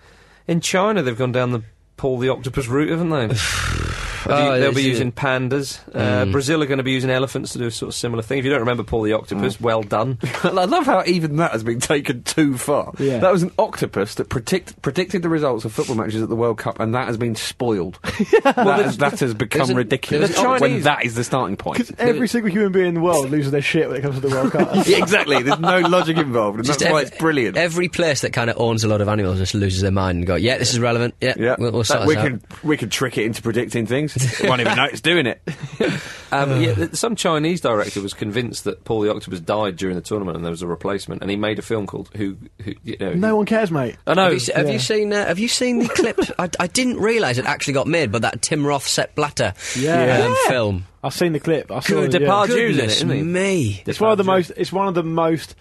A: in China, they've gone down the Paul the Octopus route, haven't <laughs> they?
C: Oh,
A: they'll be
C: it's-
A: using pandas. Uh, Brazil are going to be using elephants to do a sort of similar thing. If you don't remember Paul the Octopus, well done.
D: I love how even that has been taken too far.
B: Yeah.
D: That was an octopus that predict, predicted the results of football matches at the World Cup, and that has been <laughs> spoiled. that, has, that has become
C: there's an-
D: ridiculous.
A: there's an
D: when
A: Chinese-
D: that is the starting point.
B: Because every single human being in the world loses their shit when it comes to the
A: <laughs>
B: World Cup.
D: <laughs> Yeah, exactly. There's no logic involved, and that's why
C: ev-
D: it's brilliant.
C: Every place that kind of owns a lot of animals just loses their mind and go, yeah, this is relevant. Yeah,
D: yeah,
C: we'll, we'll
D: That-
C: sort
D: we
C: this out.
D: can we can trick it into
C: <laughs>
D: predicting things. It won't even know it's doing it.
A: Um, yeah, th- some Chinese director was convinced that Paul the Octopus died during the tournament and there was a replacement, and he made a film called Who. who Oh, you know,
B: no one cares, mate.
A: I know.
C: Have you, se- have you seen? Uh, have you seen
B: <laughs>
C: the clip? I, I didn't realise it actually got made, but that Tim Roth set Blatter
B: Yeah.
C: um, film.
B: I've seen the clip. I saw
A: Good
B: it, yeah.
A: Depardieu's in it,
C: Goodness
A: isn't he?
C: me!
B: It's one of the
A: Depardieu.
B: most. It's one of the most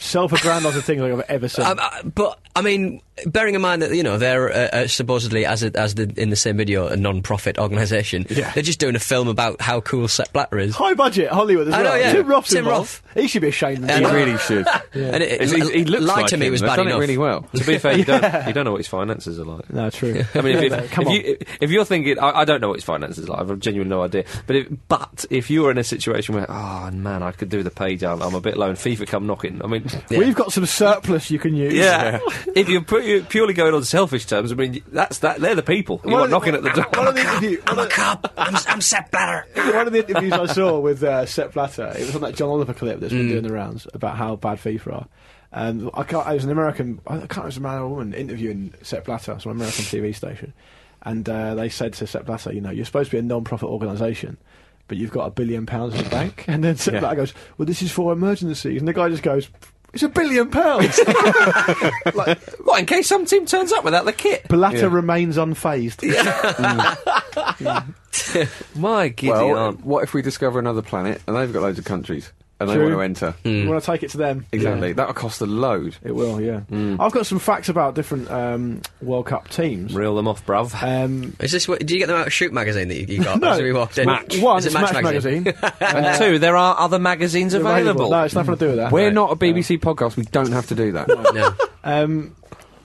B: self-aggrandizing things I've ever seen.
C: Um, uh, but I mean, bearing in mind that you know they're uh, uh, supposedly as it, as the, in the same video a non-profit organisation,
B: Yeah.
C: they're just doing a film about how cool Sepp Blatter is.
B: High budget Hollywood as
C: I
B: well.
C: know, yeah.
B: Tim Roth's
C: Tim
B: involved. He should be ashamed of
C: <laughs> Yeah,
D: He
C: no.
B: himself.
D: really
C: <laughs>
D: should.
C: And it, uh,
D: It's- he, he looks
C: lied
D: like
C: to me
D: him.
C: was
D: They've
C: bad
D: done
C: enough.
D: it really well.
A: To be fair, you
B: <laughs>
A: don't, you don't know what his finances are like. <laughs>
B: No, true.
A: I mean, if,
B: Yeah,
A: you,
B: no,
A: if,
B: come on.
A: you if you're thinking, I, I don't know what his finances are like. I've genuinely no idea. But if, but if you're in a situation where, oh man, I could do the pay down. I'm a bit low, and FIFA come knocking. I
B: <laughs>
A: mean,
B: We've got some surplus you can use.
A: yeah. if you're pu- you're purely going on selfish terms, I mean, that's that. They're the people you
B: One
A: want
B: of the-
A: knocking at the door.
B: <laughs>
A: <laughs>
B: One of the interview- one of the-
C: I'm, I'm Sepp Blatter.
B: one of the interviews I saw with uh, Sepp Blatter, it was on that John Oliver clip that's been doing the rounds about how bad FIFA are. And I can't, it was an American, I can't remember if it was a man or a woman interviewing Sepp Blatter, it's on an American TV station. And uh, they said to Sepp Blatter, you know, you're supposed to be a non profit organisation. But you've got a billion pounds in the bank, and then Sepp Blatter goes, "Well, this is for emergencies," and the guy just goes, "It's a billion pounds." <laughs> like,
A: What in case some team turns up without the kit?
B: Blatter remains unfazed. <laughs>
A: My giddy
D: Well,
A: aunt.
D: what if we discover another planet and they've got loads of countries and they
B: True.
D: want to enter?
C: Hmm.
B: You want to take it to them?
D: Exactly. That'll cost a load.
B: Yeah, it will. Yeah, I've got some facts about different um, World Cup teams.
A: Reel them off, bruv.
B: Um,
C: Is this what? Do you get them out of Shoot magazine that you, you
B: <laughs>
C: got?
B: No.
C: as we walked in?
B: One,
C: Is it
B: it's Match,
C: <laughs>
B: magazine.
A: <laughs> and two, there are other magazines available.
B: No, it's nothing to do with that.
D: We're not a BBC podcast. We don't have to do <laughs> that.
C: No.
B: Um,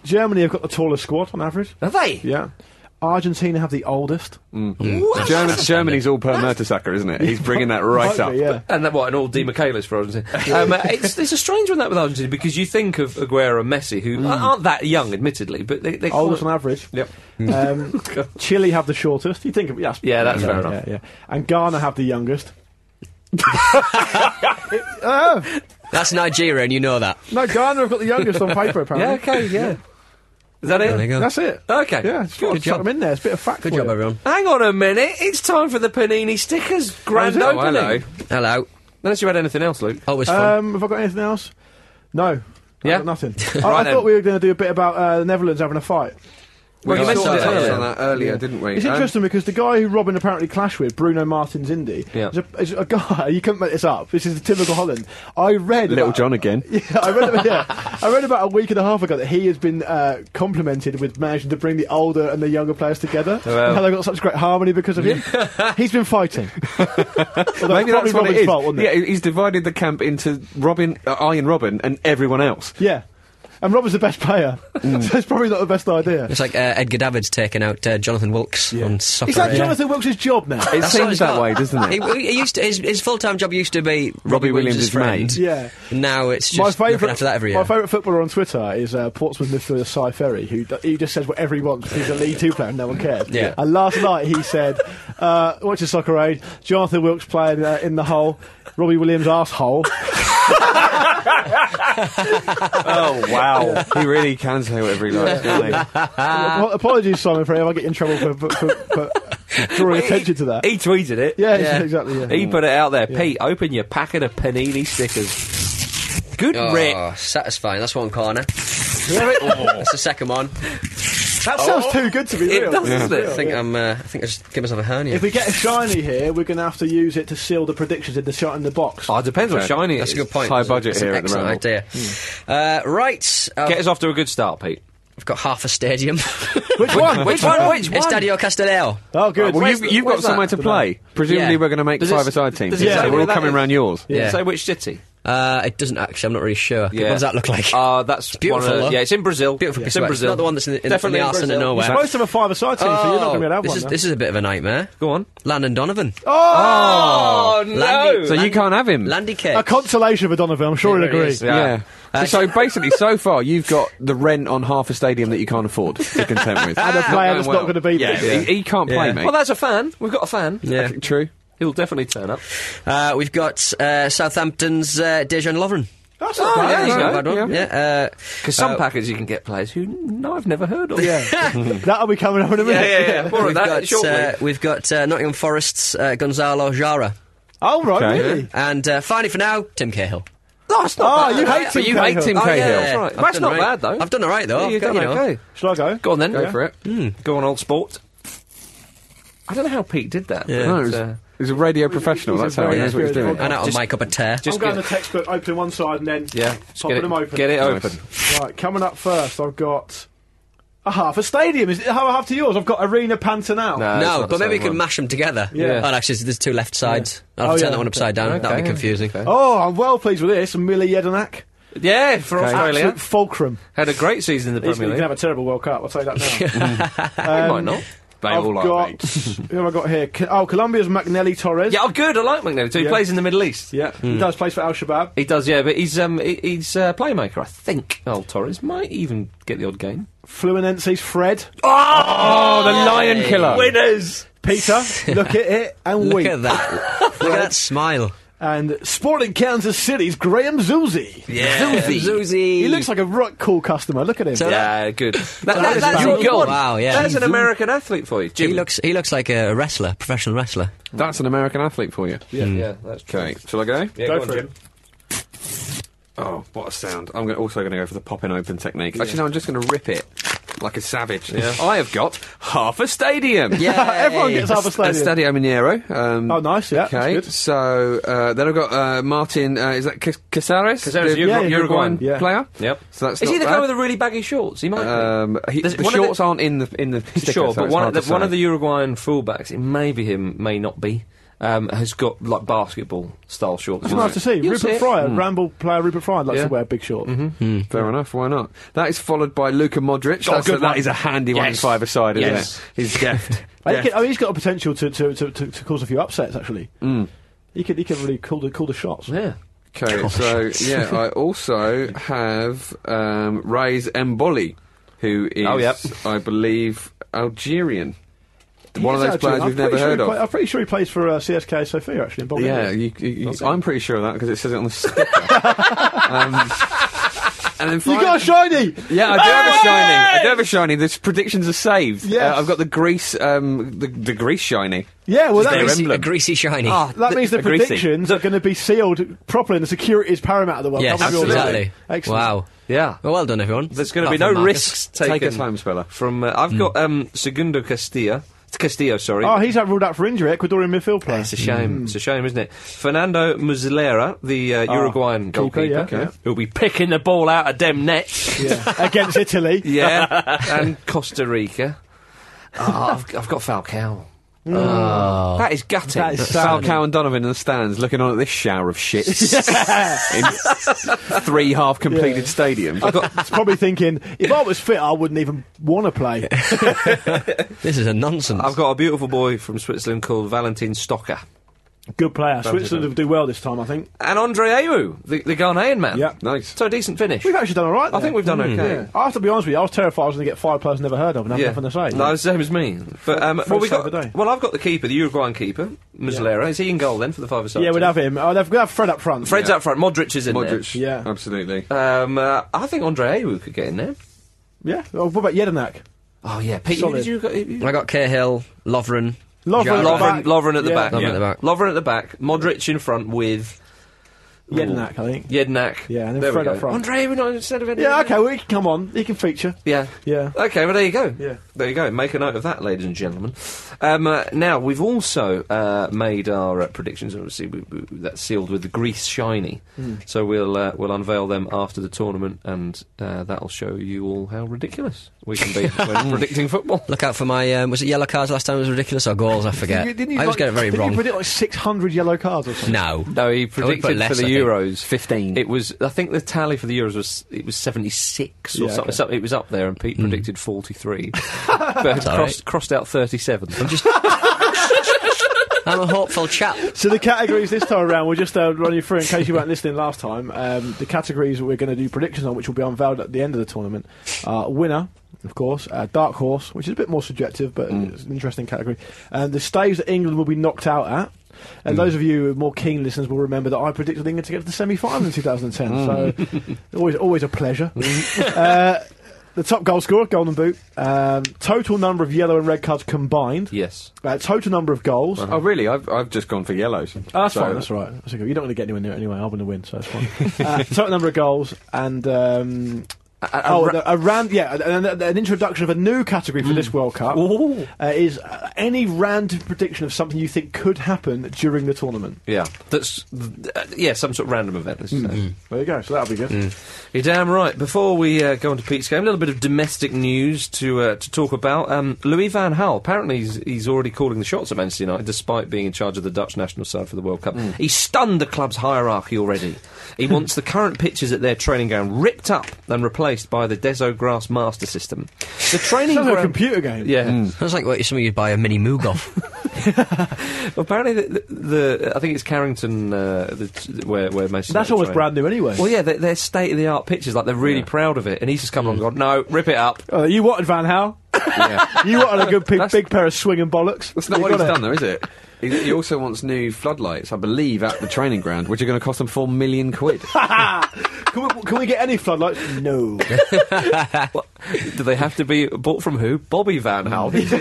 B: Germany have got the tallest squad on average.
A: Are they?
B: Yeah. Argentina have the oldest.
D: German, Germany's all per Mertesacker, isn't it? He's bringing that right up.
B: Hopefully, yeah.
A: And that what an all Di Michaelis for Argentina. Um, uh, it's, it's a strange one that with Argentina because you think of Aguero and Messi who aren't that young, admittedly, but they, they call
B: Oldest
A: it-
B: on average.
A: Yep.
B: Um, Chile have the shortest. You think of yes,
A: Yeah, that's fair enough.
B: Yeah, yeah. And Ghana have the youngest.
C: That's Nigeria, and you know that.
B: <laughs> No, Ghana have got the youngest on paper apparently.
A: Yeah, okay, yeah. Is that
C: There you
A: it?
C: go.
B: That's it.
A: Okay.
B: Yeah, just gotta
C: Good
B: chuck
C: job.
B: them in there. It's a bit of fact.
C: Good
B: for
C: job,
B: you.
C: everyone.
A: Hang on a minute. It's time for the Panini stickers grand
D: Oh,
A: opening.
D: hello.
C: Hello.
A: Unless you had anything else, Luke.
C: Always fun.
B: Um, have I got anything else? No.
A: Yeah.
B: I got nothing. I, I
A: Right then.
B: thought we were going to do a bit about uh, the Netherlands having a fight.
D: We
A: Well, you
D: sort
A: mentioned
D: of
A: it
D: touched
A: earlier.
D: on that earlier, didn't we?
B: It's
D: Um,
B: interesting because the guy who Robin apparently clashed with, Bruno Martins Indy,
A: Yeah.
B: is, a, is a guy. <laughs> You couldn't make this up. This is typical Holland. I read
D: Little
B: about-
D: John again.
B: Yeah, <laughs> I read about, yeah, I read about a week and a half ago that he has been uh, complimented with managing to bring the older and the younger players together.
D: Oh,
A: Well.
B: and how they got such great harmony because
D: <laughs>
B: of him. He's been fighting. Although
D: Maybe
B: it's probably
D: that's what
B: Robin's
D: it is.
B: fault, wasn't
D: yeah,
B: it?
D: he's divided the camp into Robin, uh, Iron Robin, and everyone else.
B: Yeah. And Robin's the best player,
D: Mm.
B: <laughs> so it's probably not the best idea.
C: It's like uh, Edgar David's taking out uh, Jonathan Wilkes on soccer.
B: Is that
C: Aid.
B: Jonathan Wilkes' job now?
C: That's
D: It
C: what
D: seems
C: it's
D: that
C: got.
D: way, doesn't
C: <laughs> He, he
D: it?
C: used to, his his full time job used to be Robbie,
D: Williams'
C: Williams' friend.
D: mate.
B: Yeah.
C: Now it's just looking after that every year.
B: My favourite footballer on Twitter is uh, Portsmouth midfielder Cy Ferry, who d- he just says whatever he wants. because He's a League Two player, and no one cares.
C: Yeah.
B: And last night he said, uh, "Watch the soccer aid." Jonathan Wilkes playing uh, in the hole. Robbie Williams asshole.
D: oh
C: <laughs>
D: wow, he really can say whatever he likes. Can't he?
C: Ah.
B: Ap- Apologies, Simon Ferry, if I get in trouble for, for, for, for
C: <laughs>
B: drawing attention to that.
A: He tweeted it.
B: Yeah, exactly. Yeah.
A: He put it out there. Pete, open your packet of panini stickers. Good
C: Oh,
A: Rick.
C: satisfying. That's one corner. <laughs> That's the second one.
B: that
C: Oh.
B: sounds too good to be
A: It
B: real.
A: does, doesn't
C: I
A: it?
C: think I'm. Uh, I think I just give myself a hernia.
B: If we get a shiny here, we're going to have to use it to seal the predictions in the shot in the box.
A: Oh, it depends
D: Okay.
A: what shiny it
C: That's a
A: is.
C: good point.
D: High budget
C: That's an
D: here at the
C: excellent
D: Ramble.
C: idea.
B: Hmm.
C: Uh, right, I've,
A: Get us off to a good start, Pete.
C: I've got half a stadium. <laughs>
B: Which one?
A: Which one? Which one?
C: Estadio Castellao.
B: Oh, good.
D: Well,
A: Where's
D: you've,
A: the-
D: you've
A: where's
D: got somewhere
A: that?
D: to play. Presumably,
C: Yeah.
D: we're going to make
A: Does it-
D: five-a-side teams.
A: does it
D: here,
B: say
D: so we're all
A: where that
D: coming
A: is?
D: round yours.
C: Yeah.
A: Say which city?
C: Uh, it doesn't actually. I'm not really sure. What does that look like?
A: Uh,
C: <laughs>
A: that's
C: Beautiful,
A: One of,
C: though.
A: yeah, it's in Brazil.
C: Beautiful
A: Yeah.
C: piece
A: It's
C: of
A: in
C: work.
A: Brazil.
C: Not the one that's in the- in- in
A: Definitely
C: the arse and the
A: Brazil.
C: nowhere.
B: You're supposed to have a five-a-side team, so you're not going to be able to have
C: Oh. this
B: one.
C: is
B: now. Oh,
C: this is a bit of a nightmare.
A: Go on.
C: Landon Donovan.
A: Oh, no!
C: Landy-
D: So you can't have him.
C: Landy Cakes.
B: a consolation for Donovan, I'm sure he'll
C: There it
B: agree.
C: is.
D: Yeah. so basically, so far you've got the rent on half a stadium that you can't afford <laughs> to contend with.
B: And a
D: It's
B: player
D: going
B: that's not going to be
D: Yeah,
B: there.
D: He, he can't play,
C: Yeah.
D: mate.
A: well, that's a fan. We've got a fan.
C: Yeah.
D: Okay, true.
A: He'll definitely turn up.
C: Uh, we've got uh, Southampton's uh, Dejan Lovren.
B: That's
A: Oh, <laughs>
B: not bad.
A: yeah,
C: That's
A: you
C: not a
A: go,
C: bad one. Yeah. uh,
A: Because some
C: uh,
A: packets you can get players who no, I've never heard of. <laughs>
B: Yeah. That'll be coming up in a minute.
C: <laughs>
A: More of
C: We've
A: that
C: got,
A: shortly.
C: uh, we've got uh, Nottingham Forest's uh, Gonzalo Jara.
B: All Oh, right,
D: Okay.
B: really?
C: And uh, finally for now, Tim Cahill.
A: No, it's
B: Oh,
A: not bad.
B: you hate
D: But
B: Tim
D: you hate
B: Cahill.
D: Tim
A: Oh, yeah,
D: Cahill.
A: that's right.
C: I've
A: That's
C: done
A: not
C: all right.
A: bad, though.
C: I've done all right, though.
A: Yeah,
C: I've
A: you've
C: got,
A: done
C: you know.
A: okay.
B: Shall I go?
A: Go on, then.
D: Go for it.
C: Hmm.
A: Go on, old sport. I don't know how Pete did that.
C: Yeah.
D: No,
A: but,
D: he's,
A: uh,
D: he's a radio professional.
B: he's a
D: That's how
B: very
D: he knows what he's
B: experienced
D: doing.
C: And that'll
A: Just-
C: make up a tear.
A: just
B: I'm going
A: get-
B: the textbook, opening one side and then
A: Yeah, just
B: popping
A: get it,
B: them open.
A: get it
D: Nice.
A: open.
B: Right, coming up first, I've got a half a stadium. Is it how half to yours? I've got Arena Pantanal.
A: No, it's not
C: no,
A: the
C: but maybe we
A: same
C: can
A: one.
C: mash them together.
B: Yeah.
C: Oh, actually, there's two left sides. I'll
B: Oh,
C: turn
B: yeah.
C: that one upside down. That'll be
A: Okay.
C: confusing.
B: Oh, I'm well pleased with this. Miller Yedinak.
A: Yeah, for Australia.
B: Absolute fulcrum.
A: Had a great season in the
B: He's
A: Premier
B: going to
A: League.
B: have a terrible World Cup, I'll tell you that now.
A: <laughs>
B: Um,
A: He might not. They
B: I've
A: all are.
B: got,
A: mate.
B: <laughs> who have I got here? Co- Oh, Colombia's McNelly Torres.
A: Yeah, Hmm. oh, good. I like McNally. So he
B: Yeah.
A: plays in the Middle East.
B: Yeah, he does play for Al Shabaab.
A: He does, yeah, but he's um he- he's a playmaker, I think. Old Torres might even get the odd game.
B: Fluminense's Fred.
A: Oh,
D: the Lion Killer.
A: winners! <laughs>
B: Peter, look at it and
C: Look
B: wink.
C: at that. Look at that smile.
B: And Sporting Kansas City's Graham Zuzi.
C: Yeah. Zuzi.
B: He looks like a right cool customer. Look at him.
A: Yeah, good. That-
C: that
A: that-
C: is
A: that's
C: bad.
A: what you
C: Wow,
A: want.
C: yeah.
A: That's an American athlete for you. Jim.
C: He looks, he looks like a wrestler, professional wrestler.
D: That's an American athlete for you.
A: Yeah, yeah, that's true.
D: Okay, shall I go?
A: Yeah,
B: Mm. Go
A: on,
B: for it.
A: Jim.
D: Oh, what a sound. I'm gonna, also going to go for the popping open technique. Actually, no, I'm just going to rip it like a savage. I have got half a <laughs> stadium.
B: Everyone gets half a
D: And
B: stadium.
D: Stadio Mineiro. Um,
B: Oh, nice, yeah, that's
D: Okay,
B: good.
D: so uh, then I've got uh, Martin. Uh, is that Cas- Casares?
A: Casares,
D: the
A: Urugu-
B: Yeah,
D: Ur- Uruguayan,
B: Uruguayan, yeah.
D: player.
A: Yep.
D: So that's
A: Is
D: not
A: he the
D: bad.
A: guy with the really baggy shorts? He might. be.
D: Um, he,
A: There's
D: the
A: one of
D: shorts aren't in the in the sticker,
A: sure,
D: so
A: but
D: it's
A: one
D: hard
A: of
D: to
A: the, one
D: say.
A: of the Uruguayan fullbacks, it may be him, may not be, um, has got like basketball style shorts.
B: It's nice to see.
A: You'll
B: Rupert
A: see it.
B: Fryer,
D: Hmm.
B: Ramble player Rupert Fryer, likes
A: Yeah.
B: to wear big shorts.
D: Mm-hmm.
C: Hmm.
D: Fair enough. Why not? That is followed by Luka Modric. That's
A: Oh, good
D: a, that
A: one.
D: is a handy one in
A: Yes.
D: five aside, isn't
A: Yes. <laughs>
D: it? He's deft.
B: I think
D: deft.
B: it- I mean, he's got a potential to, to, to, to, to cause a few upsets, actually.
D: Hmm.
B: He could he could really call the, call the shots.
A: Yeah.
D: Okay, so yeah, I also have um, Raiz Mboli, who is,
A: Oh, yep.
D: I believe, Algerian.
B: He
D: one of
B: is
D: those players
B: actually-
D: we've
B: I'm
D: never
B: pretty sure
D: heard
B: he
D: of.
B: play- I'm pretty sure he plays for uh, CSK Sofia, actually, in Bulgaria. <laughs>
D: Yeah, you, you, you- I'm pretty sure of that because it says it on the sticker. um, and then
B: You got a shiny!
D: Yeah, I do have a shiny. I do have a shiny. The predictions are saved.
B: Yes.
D: Uh, I've got the grease, um, the, the grease shiny.
B: Yeah, well, that
D: Their
B: means, Ah,
D: emblem.
C: a greasy shiny.
B: that means the
D: a greasy.
B: predictions are going to be sealed properly and the security is paramount of the World
C: yes,
B: Cup. That'll be all
C: absolutely.
B: right. Excellent.
C: Wow.
D: Yeah.
C: Well, well done, everyone.
A: There's going to be
C: Apart
A: no
C: from Marcus.
A: risks taken.
D: Take us home, Speller.
A: From uh, I've got um, Segundo Castilla. Castillo, sorry.
B: Oh, he's out ruled out for injury. Ecuadorian midfield player.
A: It's a shame. It's a shame, isn't it? Fernando Muslera, the uh, Uruguayan goalkeeper,
B: yeah, yeah.
A: who'll be picking the ball out of dem nets.
B: Yeah. <laughs> Against Italy.
A: yeah, and Costa Rica. Oh, I've, I've got Falcao. Ah.
C: Oh.
A: That is gutting. <laughs>
B: That is sad.
D: Falcao and Donovan in the stands looking on at this shower of
B: <laughs>
D: shit in three half completed stadiums.
B: <laughs> It's probably thinking, if I was fit, I wouldn't even want to <laughs> play.
C: This is a nonsense.
A: I've got a beautiful boy from Switzerland called Valentin Stocker.
B: Good player. Switzerland will do well this time, I think.
A: And Andre Ayew, the, the Ghanaian man.
B: Yeah.
D: Nice.
A: So a decent finish.
B: We've actually done all right.
A: I think we've done okay.
B: I have to be honest with you. I was terrified I was going to get five players I've never heard of and have nothing to say.
A: No, it's the same as me. But um,
B: First
A: well, we
B: side of the day.
A: got. Well, I've got the keeper, the Uruguayan keeper, Muslera. Is he in goal then for the five aside?
B: yeah, we'd have him. Oh, they've- we'd have Fred up front.
A: Fred's up front. Modric is in
D: Modric.
B: Yeah.
D: Absolutely.
A: there. Um, uh, I think Andre Ayew could get in there.
B: Yeah. Oh, what about Yedinak?
A: Oh yeah, Pete. Who
B: Solid.
A: did you got? who- who-
C: I got Cahill, Lovren.
B: Lovren at the
C: Jara.
B: back.
A: Lovren, Lovren at the
B: Yeah.
A: back.
C: Lovren at the back.
A: Lovren at the back. Modric in front with
B: Yedinak, I think.
A: Jednak.
B: Yeah, and then
A: There we
B: Fred up
A: go.
B: front.
A: Andre Ayew not instead of any.
B: Yeah, okay, well, he can come on. He can feature.
A: Yeah.
B: Yeah.
A: Okay, well, there you go.
B: Yeah.
A: There you go. Make a note of that, ladies and gentlemen. Um, uh, now, we've also uh, made our uh, predictions. Obviously, we, we, that's sealed with the grease shiny.
C: Hmm.
A: So we'll uh, we'll unveil them after the tournament, and uh, that'll show you all how ridiculous we can
C: <laughs>
A: be when predicting football.
C: Look out for my. Um, was it yellow cards last time? It was ridiculous or goals? I forget.
B: Didn't you
C: I always
B: like-
C: get it very
B: didn't
C: wrong.
B: you predict like 600 yellow cards or something?
C: no.
A: No, he
C: I would put
A: predicted for
C: less,
A: the
C: I think.
A: Euros.
D: 15.
A: It was, I think the tally for the Euros was it was 76 or
B: Yeah,
A: something.
B: okay.
A: something. It was up there, and Pete predicted
C: <laughs>
A: 43, but had
C: Hmm. all
A: crossed,
C: right.
A: crossed out
C: <laughs>
A: 37.
C: I'm
B: <laughs>
C: just. I'm a hopeful chap.
B: So the categories this time around, we'll just uh, run you through in case you weren't listening last time. Um, the categories we're going to do predictions on, which will be unveiled at the end of the tournament, are winner, of course, uh, dark horse, which is a bit more subjective, but it's an interesting category. Um, the stage that England will be knocked out at. And those of you who are more keen listeners will remember that I predicted England to get to the semi-final in 2010. So always, always a pleasure. <laughs> uh, the top goal scorer, golden boot. Um, total number of yellow and red cards combined.
A: Yes.
B: Uh, total number of goals.
D: Oh, really? I've, I've just gone for yellows.
B: Oh, that's
D: So-
B: fine. That's all right. That's okay. You're not going to get anywhere near it anyway. I'm going to win, so that's <laughs> fine. uh, total number of goals and. Um, oh, the- a rand, yeah, an, an- an introduction of a new category for this World Cup
A: Ooh.
B: uh, is uh, any random prediction of something you think could happen during the tournament.
A: Yeah, that's th- uh, yeah, some sort of random event. Let's just say.
B: There you go. So that'll be good.
D: Mm.
A: You're damn right. Before we uh, go on to Pete's game, a little bit of domestic news to uh, to talk about. Um, Louis Van Gaal apparently he's, he's already calling the shots at Manchester United, despite being in charge of the Dutch national side for the World Cup. He stunned the club's hierarchy already. He wants the current pitches at their training ground ripped up and replaced by the Deso Grass Master System. The training
B: Sounds like a
A: ground.
B: computer game.
A: yeah,
C: That's like what something you'd buy a mini
B: <laughs>
C: Moog off.
A: apparently the, the, the I think it's Carrington uh, the, where where Manchester.
B: That's
A: United
B: always
A: train.
B: brand new anyway.
A: Well, yeah, they're, they're state of the art pictures. Like they're really proud of it, and he's just come along and gone, "No, rip it up."
B: Oh, you wanted Van Hal. <laughs> you wanted a good big, big pair of swinging bollocks.
D: That's not
B: You
D: what he's
B: got it.
D: done, though, is it? He, he also wants new floodlights, I believe, at the training ground, which are going to cost him four million
B: <laughs>
D: quid.
B: Can we, can we get any floodlights? No.
A: What? Do they have to be bought from who? Bobby Van Hal. He's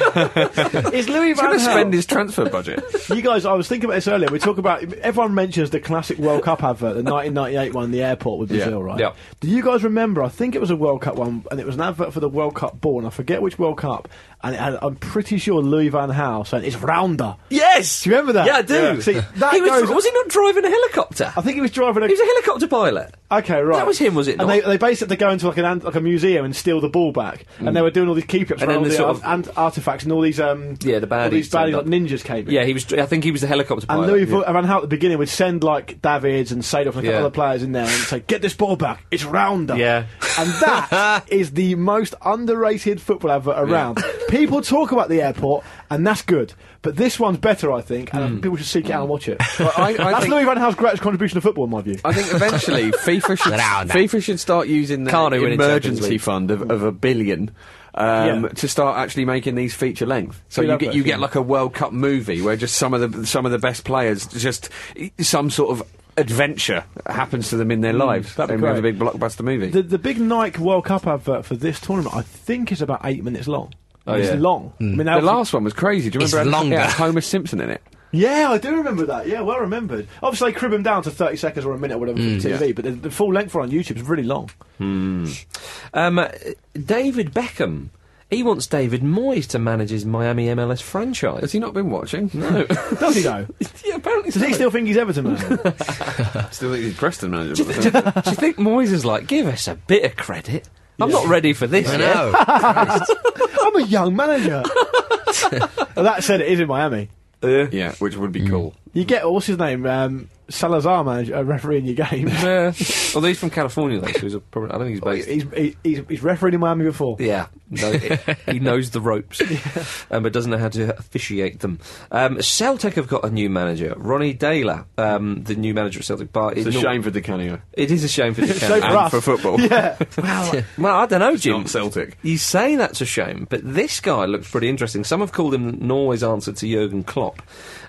B: is Louis
D: He's going to spend his transfer budget.
B: You guys, I was thinking about this earlier. We talk about everyone mentions the classic World Cup advert, the 1998 one, the airport with Brazil, right?
A: Yeah.
B: Do you guys remember? I think it was a World Cup one, and it was an advert for the World Cup ball, and I forget which World Cup. And it had, I'm pretty sure Louis Van Gaal saying it's rounder.
A: yes,
B: Do you remember that?
A: Yeah, I do.
B: Yeah. See, that
A: he was,
B: goes-
A: was he not driving a helicopter?
B: I think he was driving a.
A: he was a helicopter pilot.
B: Okay, right.
A: That was him, was it
B: And
A: not?
B: they, they basically go into like an ant- like a museum and steal the ball back, and they were doing all these keep ups
A: Mm. And
B: and
A: then
B: all
A: the
B: the
A: sort
B: ar-
A: of-
B: ant- artifacts and all these um
A: Yeah, the
B: all these
A: baddies turned
B: baddies
A: up.
B: like ninjas came. in.
A: yeah, he was. I think he was the helicopter
B: And
A: pilot.
B: Louis
A: yeah.
B: Vu- Van Gaal at the beginning would send like Davids and Sadoff and a couple
A: Yeah.
B: other players in there and say, "Get this ball back, it's rounder."
A: Yeah.
B: and
A: <laughs>
B: that is the most underrated football advert around. People talk about the airport, and that's good, but this one's better, I think,
A: Hmm.
B: and people should seek it out and watch it.
D: I- I
B: that's
D: think-
B: Louis Van Gaal's greatest contribution to football, in my view.
D: I think eventually <laughs> FIFA should
C: Round up.
D: FIFA should start using their
A: Carno winning Champions
D: emergency
A: League.
D: fund of, of a billion um,
B: Yeah.
D: to start actually making these feature length. So
B: Good
D: you get
B: advert,
D: you get
B: yeah.
D: like a World Cup movie where just some of the some of the best players just some sort of adventure happens to them in their lives.
B: that'd be
D: and we have a
B: great.
D: big blockbuster movie.
B: The, the big Nike World Cup advert for this tournament, I think, is about eight minutes long.
A: Oh,
B: it's
A: yeah.
B: long. I mean, that
D: the
B: was-
D: last one was crazy. Do you
C: It's
D: remember? it had-
C: longer.
D: it had Homer Simpson in it.
B: Yeah, I do remember that. Yeah, well remembered. Obviously, they crib them down to 30 seconds or a minute or whatever for TV, but the, the full length one on YouTube is really <laughs> long.
A: Um, uh, David Beckham. He wants David Moyes to manage his Miami MLS franchise. <laughs>
D: Has he not been watching? No.
B: Does he, though?
A: Yeah, apparently
B: Does he still think he's Everton man?
D: Still think he's Preston manager.
A: do, you th- do you- do you think Moyes is like, give us a bit of credit? I'm not ready for this
C: I
A: yet.
C: know.
B: <laughs> I'm a young <laughs> manager. that said, it is in Miami.
D: <laughs> yeah, which would
B: Mm.
D: be cool.
B: You get, what's his name? Um, Salazar manager, uh, referee in your <laughs> game.
A: Yeah. Although he's from California, though, so he's a, probably, I don't think he's based.
B: he's, he- he's, he's refereed in Miami before.
A: Oh, Yeah, no, it- he knows the <laughs> ropes, um, but doesn't know how to officiate them. Um, Celtic have got a new manager, Ronnie Daler, um, the new manager at Celtic Park.
D: It's a shame for DiCanio.
A: It is a <laughs> shame for the
B: shame
A: Canada.
B: for us.
D: And for <laughs> football.
B: Yeah.
A: Well, I don't know, Jim.
D: Not Celtic.
A: You say that's a shame, but this guy looks pretty interesting. Some have called him Norway's answer to Jurgen Klopp,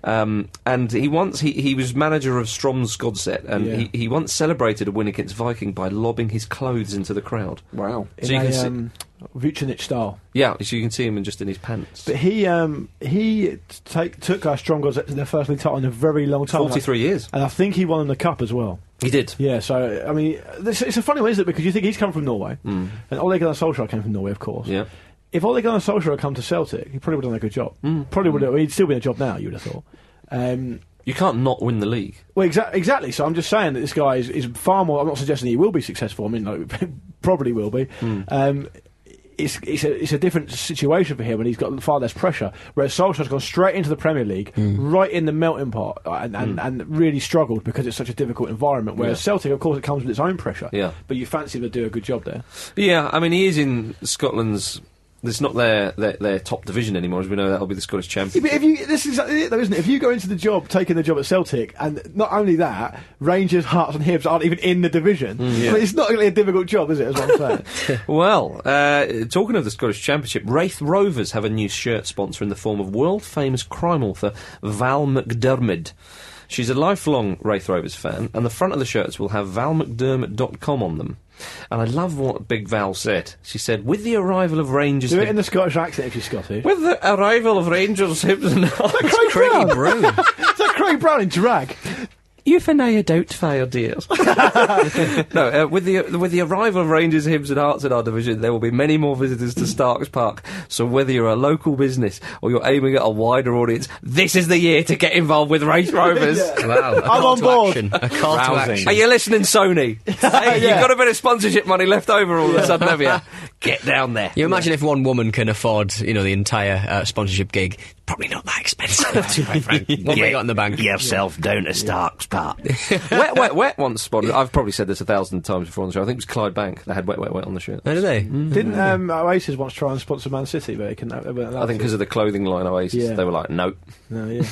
A: um, and he once he, he was manager of Strom's Godset, and
B: Yeah.
A: he, he once celebrated a win against Viking by lobbing his clothes into the crowd.
D: Wow.
B: In
A: So you
B: a,
A: can see-
B: um, Vucinic style.
A: Yeah, so you can see him in just in his pants.
B: But he um, he take, took our strong gods to their first league title in a very long time.
A: Forty-three years,
B: And I think he won in the cup as well.
A: he did.
B: Yeah, so, I mean, this, it's a funny one, isn't it? Because you think he's come from Norway. And Ole Gunnar Solskjaer came from Norway, of course.
A: Yeah.
B: If Ole Gunnar Solskjaer had come to Celtic, he probably would have done a good job. Probably would have, he'd still be in a job now, you would have thought. Um,
A: You can't not win the league.
B: well, exa- exactly. So I'm just saying that this guy is, is far more. I'm not suggesting he will be successful. I mean, like, <laughs> probably will be. Um, it's, it's, a, it's a different situation for him, and he's got far less pressure. Whereas Solskjaer's gone straight into the Premier League, right in the melting pot, uh, and, and, and really struggled because it's such a difficult environment. Whereas Celtic, of course, it comes with its own pressure.
A: Yeah.
B: But you fancy they do a good job there.
A: Yeah, I mean, he is in Scotland's. It's not their, their their top division anymore, as we know. That'll be the Scottish
B: Yeah,
A: Championship.
B: but if you, this is exactly it, though, isn't it? If you go into the job, taking the job at Celtic, and not only that, Rangers, Hearts, and Hibs aren't even in the division. I mean, it's not really a difficult job, is it? As I'm saying.
A: Well, uh, talking of the Scottish Championship, Wraith Rovers have a new shirt sponsor in the form of world famous crime author Val McDermid. She's a lifelong Wraith Rovers fan, and the front of the shirts will have valmcdermid.com on them. And I love what Big Val said. She said, With the arrival of Rangers.
B: Do it in the Scottish accent if you're Scottish.
A: with the arrival of Rangers, <laughs> Hibs and Hearts-
B: Craig
C: Pretty
B: Brown.
C: brutal.
B: Is that Craig Brown in drag?
A: You've an eye doubt fire, dears. <laughs> no, uh, with the with the arrival of Rangers, Hibs, and Hearts in our division, there will be many more visitors to Starks Park. So whether you're a local business or you're aiming at a wider audience, this is the year to get involved with Race
B: <laughs>
A: Rovers.
C: Wow. A
B: I'm
C: call
B: on
C: to
B: board.
C: Action. A call to
D: Rousing.
C: action.
A: Are you listening, Sony? hey,
B: <laughs> Yeah.
A: You've got a bit of sponsorship money left over all of a sudden, have
B: <laughs>
A: you? Get down there.
C: You imagine if one woman can afford, you know, the entire uh, sponsorship gig. Probably not that expensive, to be frank. What we got in the bank?
A: yourself down to Stark's
C: <laughs>
A: Park. wet, wet, wet once spotted. I've probably said this a thousand times before on the show. I think it was Clyde Bank that had wet, wet, wet on the shirt.
C: Oh, do they?
B: Didn't um, Oasis once try and sponsor Man City, but it can.
A: I think because of the clothing line Oasis,
B: Yeah.
A: they were like, nope.
B: No, yeah.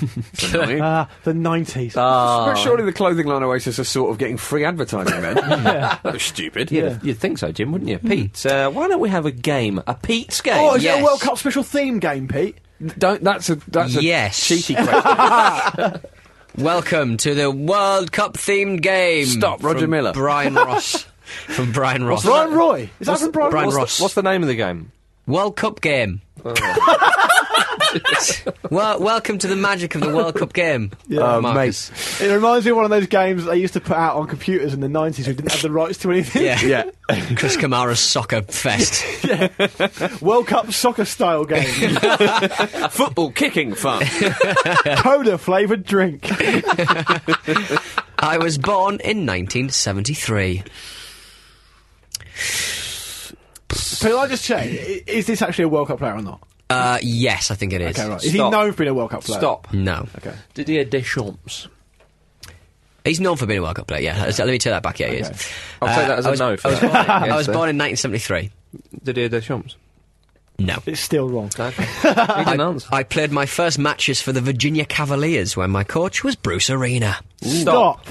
D: Annoying.
B: Ah, the nineties.
D: But surely the clothing line Oasis are sort of getting free advertising <laughs> then. That was stupid.
A: Yeah, you'd think so, Jim, wouldn't you? Pete, uh, why don't we have a game? A Pete's game?
B: oh, is it
C: yes.
B: a World Cup special theme game, Pete?
D: Don't. That's a that's a
C: Yes.
A: <laughs>
D: cheeky question.
C: Welcome to the World Cup themed game.
D: Stop, Roger
C: From
D: Miller.
C: Brian Ross. From Brian Ross.
B: Brian Roy. Is that from Brian?
C: Brian
B: Roy?
A: what's,
C: Ross.
A: The, what's the name of the game?
C: World Cup game. well, welcome to the magic of the World Cup game.
D: Uh,
C: Marcus.
B: It reminds me of one of those games they used to put out on computers in the nineties who didn't have the rights to anything.
C: Yeah.
D: Yeah.
C: Chris Kamara's soccer fest.
B: <laughs> World Cup soccer style game.
D: Football kicking
A: <laughs>
D: fun.
B: Coda flavoured drink.
C: I was born in 1973.
B: Can I just check? i- Is this actually a World Cup player or not?
C: Uh, yes, I think it is.
B: Okay, right. Is he
A: Stop.
B: known for being a World Cup player?
A: Stop.
C: No.
B: Okay.
A: Didier Deschamps.
C: He's known for being a World Cup player, yeah. Let me take that back, yeah, he
B: Okay.
C: is.
A: I'll
C: Uh,
A: take that as
C: I
A: a
C: was,
A: no. For
C: I was,
A: that.
C: born,
A: <laughs>
C: I
A: Yes,
C: was
A: sir.
C: born in 1973.
A: Didier Deschamps.
C: No.
B: It's still wrong.
A: <laughs> Okay. He didn't
C: I,
A: answer.
C: I played my first matches for the Virginia Cavaliers when my coach was Bruce Arena.
B: Stop.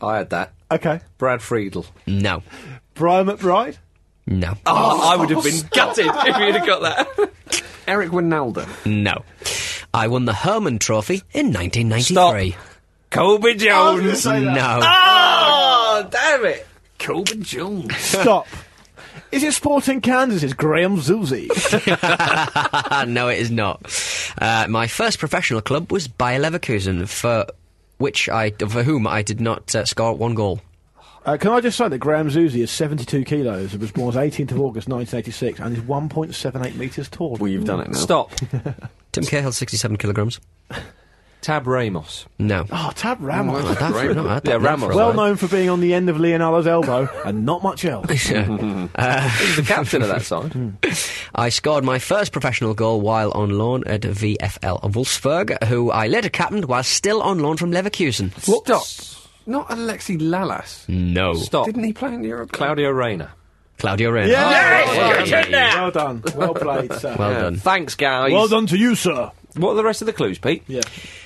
A: I had that.
B: Okay.
A: Brad Friedel.
C: No.
B: Brian McBride.
C: No.
A: Oh, I would have been <laughs> gutted if you'd have got that.
D: Eric Winalda.
C: No. I won the Herman Trophy in 1993.
A: <laughs> Colby Jones.
C: No.
A: Oh, damn it. Colby Jones.
B: Stop. Is it Sporting Kansas? It's Graham <laughs> Zuzi.
C: Ah, no, it is not. Uh, my first professional club was Bayer Leverkusen, for which I, for whom I did not uh, score one goal.
B: Uh, can I just say that Graham Zuzi is 72 kilos and was born on 18th of August 1986 and is 1.78 metres tall.
D: Well, you've done it now.
A: Stop.
C: Tim Cahill, 67 kilograms.
A: Tab Ramos.
C: No.
B: Oh, Tab Ramos.
C: Not that for- not that-
A: Yeah,
C: not that
A: Ramos.
C: for a
B: well
C: while.
B: known for being on the end of Leonardo's elbow and not much else.
A: He's the captain of that <laughs> side.
C: I scored my first professional goal while on loan at VFL Wolfsburg, who I later captained while still on loan from Leverkusen.
D: Stop. Not Alexi Lalas.
C: No.
A: Stop.
D: Didn't he play in Europe?
A: Claudio Reyna.
C: Claudio Reyna. Oh,
B: Well done. Well played, sir.
C: Well
A: Yeah.
C: done.
A: Uh, Thanks, guys.
B: Well done to you, sir.
A: What are the rest of the clues, Pete?
B: Yeah.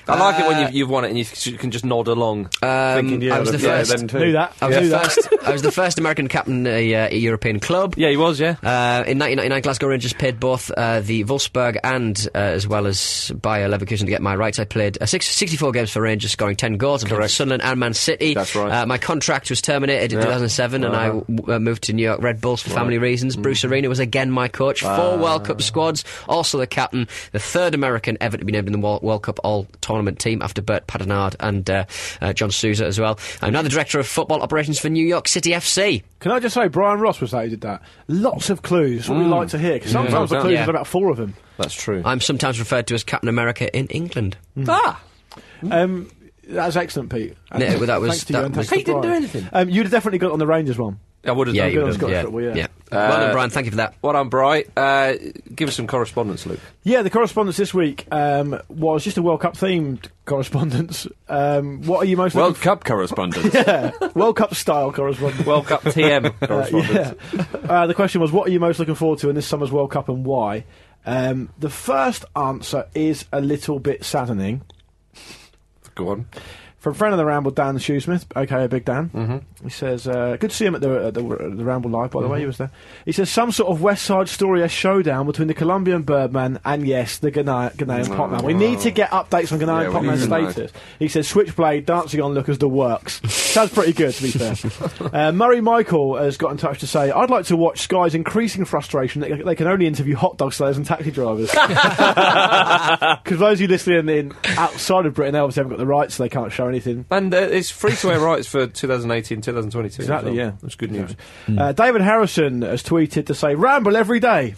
A: I like it when you've, you've won it and you c- can just nod along.
C: Um, I was the
D: yeah,
C: first.
D: them too.
B: Knew that.
C: I was,
B: Knew
C: the
B: that.
C: first I was the first American captain at a, uh, a European club.
A: yeah, he was, yeah.
C: Uh, in 1999, Glasgow Rangers paid both uh, the Wolfsburg and, uh, as well as Bayer Leverkusen to get my rights. I played uh, six, 64 games for Rangers, scoring 10 goals. I played for Sunderland and Man City.
D: That's right. Uh-huh.
C: Uh, my contract was terminated in 2007, and I w- uh, moved to New York Red Bulls for family reasons.
D: Mm.
C: Bruce Arena was again my coach.
D: Ah.
C: Four World Cup squads, also the captain, the third American ever to be named in the Wo- World Cup All Tournament team after Bert Patinard and uh, uh, John Sousa as well. I'm now the director of football operations for New York City FC.
B: Can I just say, Brian Ross was that who did that. Lots of clues. That's what we like to hear. 'cause sometimes
D: Well
B: the
D: done.
B: clues
C: Yeah.
B: are about four of them.
A: That's true.
C: I'm sometimes referred to as Captain America in England.
A: Ah!
B: Um, that's excellent, Pete. And
C: Yeah, well, that was-
B: thanks to
C: that
B: you and thanks
C: was-
B: to
A: Pete didn't
B: Brian.
A: do anything.
B: Um, you'd have definitely got on the Rangers one.
A: I would have
C: Yeah,
A: done.
C: you
B: on
C: would have,
B: Scottish
C: yeah,
B: football, yeah.
C: yeah. well done, Brian. Thank you for that.
A: What I'm bright. Uh, give us some correspondence, Luke.
B: Yeah, the correspondence this week um, was just a World Cup themed correspondence. Um, what are you most
D: <laughs> World Cup correspondent.
B: looking for? World Cup style
C: <laughs>
B: correspondence?
A: World Cup <laughs> TM
B: Uh,
A: correspondence.
B: yeah. Uh, the question was, what are you most looking forward to in this summer's World Cup and why? Um, the first answer is a little bit saddening.
A: Go on.
B: From friend of the Ramble, Dan Shoesmith, okay, Big Dan.
A: Mm-hmm.
B: He says, uh, good to see him at the, at the, at the Ramble Live, by the way,
D: Mm-hmm.
B: he was there. He says, some sort of West Side Story showdown between the Colombian Birdman and, yes, the Ghanaian, Ghanaian
D: Wow.
B: Potman. We need to get updates on Ghanaian
D: Mm-hmm. Yeah, we
B: Potman's
D: need to know.
B: status. He says, Switchblade, Dancing on Lookers, the
D: <laughs>
B: works. Sounds pretty good, to be fair. uh, Murray Michael has got in touch to say, I'd like to watch Sky's increasing frustration that they can only interview hot dog slayers and taxi
D: <laughs>
B: drivers. <laughs> Because those of you listening in outside of Britain, they obviously haven't got the rights, so they can't show anything.
A: And uh, it's free to air rights for 2018, 2022. as
B: Exactly,
A: well.
B: yeah.
A: That's good news.
B: Uh, David Harrison has tweeted to say, Ramble every day.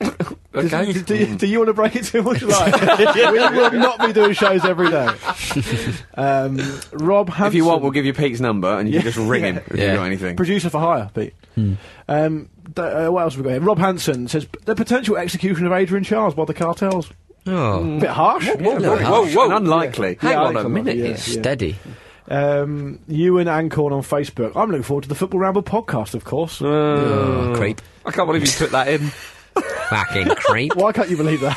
B: Does-
A: Okay.
B: Do, do,
D: Mm.
B: do you want to break it too
D: <laughs>
B: much? Like, we will not be doing shows every day. Um, Rob Hanson,
D: if you want, we'll give you Pete's number and you can just ring him if
C: Yeah.
D: you've got anything.
B: producer for hire, Pete. Um, d- uh, what else have we got here? Rob Hanson says the potential execution of Adrian Charles by the cartels.
C: Oh,
B: A bit harsh.
D: Whoa,
C: no,
D: whoa,
A: harsh.
D: whoa, unlikely.
A: Hang
B: Yeah,
A: on
B: I
A: a
B: think
A: minute.
B: I'm- yeah.
A: It's-
C: steady.
B: Um, Ewan Ancorn on Facebook. I'm looking forward to the Football Ramble podcast, of course.
D: Uh.
C: Oh, creep.
A: I can't believe you put that in.
C: Fucking creep.
B: Why can't you believe that?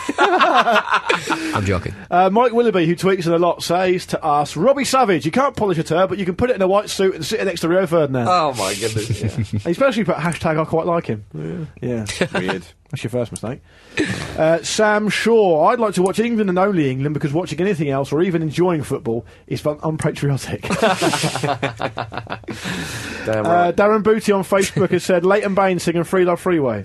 C: I'm joking.
B: Uh, Mike Willoughby, who tweets it a lot, says to us, Robbie Savage, you can't polish a turd, but you can put it in a white suit and sit it next to Rio Ferdinand.
A: <laughs> Oh my goodness.
B: Especially put hashtag I quite like him. Yeah.
D: Weird.
B: That's your first mistake. Uh, Sam Shaw, I'd like to watch England and only England because watching anything else or even enjoying football is un-
C: <laughs>
B: unpatriotic.
A: Damn
B: Uh, Darren Booty on Facebook has said, Leighton Baines singing Free Love
C: <laughs>
B: Freeway.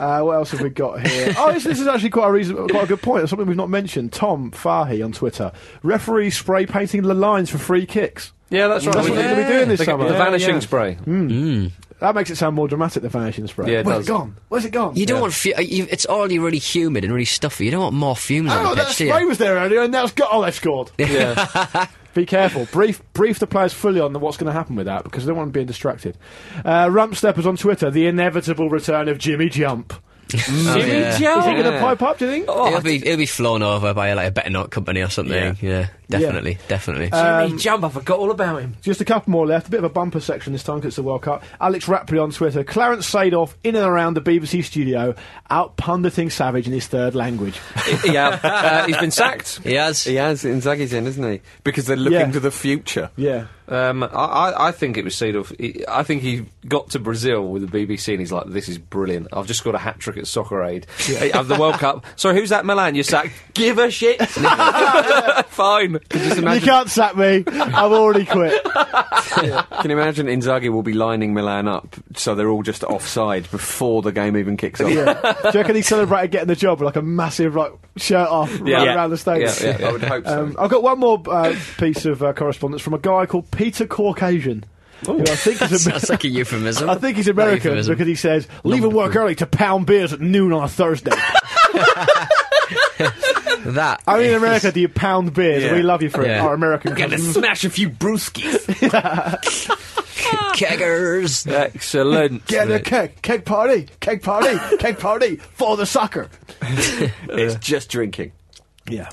B: uh, what else have we got here? Oh, this, this is actually quite a reason, quite a good point. Something we've not mentioned. Tom Fahy on Twitter: referee spray painting the lines for free kicks.
A: <laughs> Yeah, that's right.
B: That's what they're going to be doing this
A: The,
B: summer.
A: the vanishing
B: Yeah. Mm.
A: spray.
B: That makes it sound more dramatic. The vanishing spray.
A: Yeah, it
B: Where's
A: does.
B: it gone? Where's it gone?
C: You don't want fu- uh, you, it's already really humid and really stuffy. You don't want more fumes
B: Oh,
C: on the
B: that
C: pitch, do
B: spray
C: you?
B: was there earlier, and now it's got. Oh, they scored.
A: Yeah.
B: Be careful. Brief, brief the players fully on what's going to happen with that because they don't want them being distracted. Uh, Rumpsteppers on Twitter: the inevitable return of Jimmy Jump.
A: Jimmy
B: Is he
A: Joe.
B: going to pipe up? Do you think?
C: It'll be it'll be flown over by like a better not company or something. Yeah, definitely, definitely.
B: Uh,
A: Jimmy Jump, I forgot all about him.
B: Just a couple more left. A bit of a bumper section this time because it's the World Cup. Alex Rapley on Twitter. Clarence Sadoff in and around the BBC studio, out punditing Savage in his third language.
A: <laughs> yeah, uh, he's been sacked.
C: he has.
D: He has Inzaghi's in, isn't he? Because they're looking
B: Yeah.
D: to the future.
B: yeah.
A: Um, I, I, I think it was Seedorf. He- I think he got to Brazil with the BBC and he's like, "This is brilliant. I've just got a hat trick at Soccer Aid Hey, of the World
B: <laughs>
A: Cup." So who's that Milan? You sacked? Give a shit. <laughs> Fine.
B: You can't sack me. I've already
A: <laughs>
B: quit.
D: Can you imagine Inzaghi will be lining Milan up so they're all just offside before the game even kicks off?
B: Do you reckon he celebrated getting the job with like a massive like shirt off
A: Yeah.
B: right
A: Yeah.
B: around the stadium?
A: Yeah, yeah.
D: I would hope so.
B: Um, I've got one more uh, piece of uh, correspondence from a guy called Peter Caucasian. who I think is a,
C: <laughs> Sounds like a
B: <laughs>
C: euphemism.
B: I think he's
C: Not
B: American
C: euphemism.
B: because he says leaving work early to pound beers at noon on a Thursday.
C: that.
B: I mean, in America, do you pound beers?
D: Yeah.
B: We love you for it.
C: Yeah.
B: Our American
A: Gonna
B: cousins.
A: smash a few brewskis.
C: keggers.
A: Excellent.
B: <laughs> Get a keg, keg party, keg party, keg party for the soccer.
D: it's just drinking.
B: Yeah.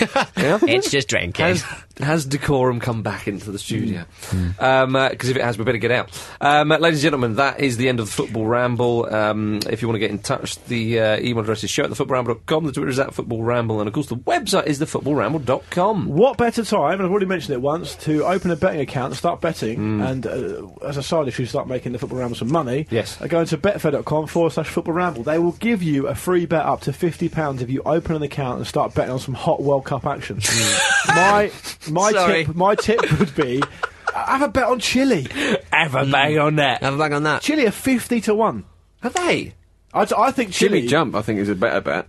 C: It's just drinking.
A: Has, has decorum come back into the studio? Because
B: Hmm.
A: if it has, we better get out. Um, uh, ladies and gentlemen, that is the end of the Football Ramble. Um, if you want to get in touch, the uh, email address is show at thefootballramble.com, the Twitter is at Football Ramble, and of course the website is thefootballramble.com.
B: What better time, and I've already mentioned it once, to open a betting account, start betting, and uh, as a side issue, start making the Football Ramble some money?
A: Yes.
B: Uh, go into betfair.com forward slash football ramble. They will give you a free bet up to £50 if you open an account and start betting on some hot World Cup action. <laughs> my my
C: Sorry.
B: tip <laughs> my tip would be uh, have a bet on Chile.
A: Ever bang
C: Mm.
A: on that.
C: Have a bang on that.
B: Chile are 50 to 1.
A: Are they?
B: I, I think Chile.
D: Jimmy Jump, I think, is a better bet.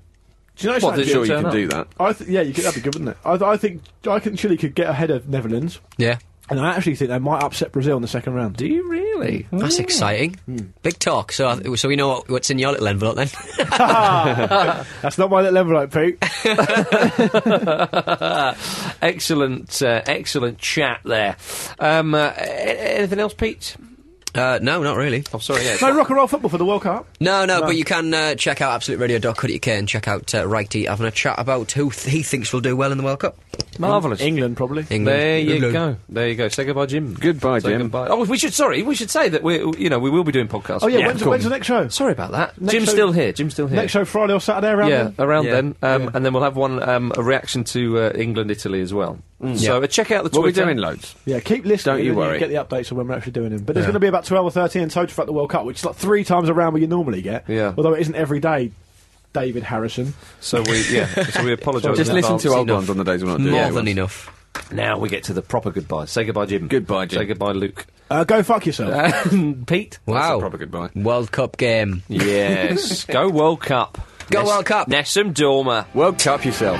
B: Do you know
A: What,
B: something?
A: Did
D: Sure,
A: it
D: you
A: turn
D: can
A: up?
D: do that.
B: I th- yeah, you could, that'd be good, wouldn't it? I, th- I think I think Chile could get ahead of Netherlands,
C: Yeah.
B: and I actually think they might upset Brazil in the second round.
A: Do you really? <laughs>
C: That's exciting. Big talk. So, I- so we know what, what's in your little envelope then.
B: <laughs>
C: <laughs>
B: That's not my little envelope, Pete.
A: <laughs> excellent, uh, excellent chat there. Um, uh, a- a- anything else, Pete?
C: uh, no, not really.
A: Oh, sorry, yeah.
B: no rock and roll football for the World Cup.
C: No, no, but you can uh, check out absoluteradio.co.uk and check out uh, Righty having a chat about who th- he thinks will do well in the World Cup.
A: Marvellous.
B: England probably.
C: England.
A: There you
C: England.
A: go. There you go. Say goodbye, Jim.
D: Goodbye,
A: Say
D: Jim.
A: goodbye. Oh, we should. Sorry, we should say that we, you know, we will be doing podcasts.
B: Oh yeah,
D: Yeah,
B: when's,
D: cool.
B: when's the next show?
A: Sorry about that.
B: Next
A: Jim's
B: show-
A: still here. Jim's still here.
B: Next show Friday or Saturday around.
A: yeah,
B: then?
A: around
D: Yeah.
A: then, um, and then we'll have one um, a reaction to uh, England, Italy as well.
D: Mm.
A: So uh, check out the
D: Well, we're
A: Twitter.
D: doing loads.
B: Yeah, keep listening.
D: Don't you
B: and then
D: worry.
B: Get the updates on when we're actually doing them. But there's going to be about twelve or thirteen in total throughout the World Cup, which is like three times around what you normally get.
A: Yeah.
B: Although it isn't every day. David Harrison.
A: so we yeah. So
D: <laughs>
A: we apologise.
D: Just
A: in
D: listen
A: advance.
D: to old
C: enough.
D: ones on the days we're not doing
C: More
D: it.
C: than enough.
A: Now we get to the proper goodbye. Say goodbye, Jim.
D: Goodbye, Jim.
A: Say goodbye, Luke. <laughs>
B: Uh, go fuck yourself.
A: And Pete.
C: Wow.
D: proper goodbye.
C: World Cup game.
A: <laughs> Yes. Go World Cup.
C: Go World Cup.
A: Nessum Dormer.
D: World Cup yourself.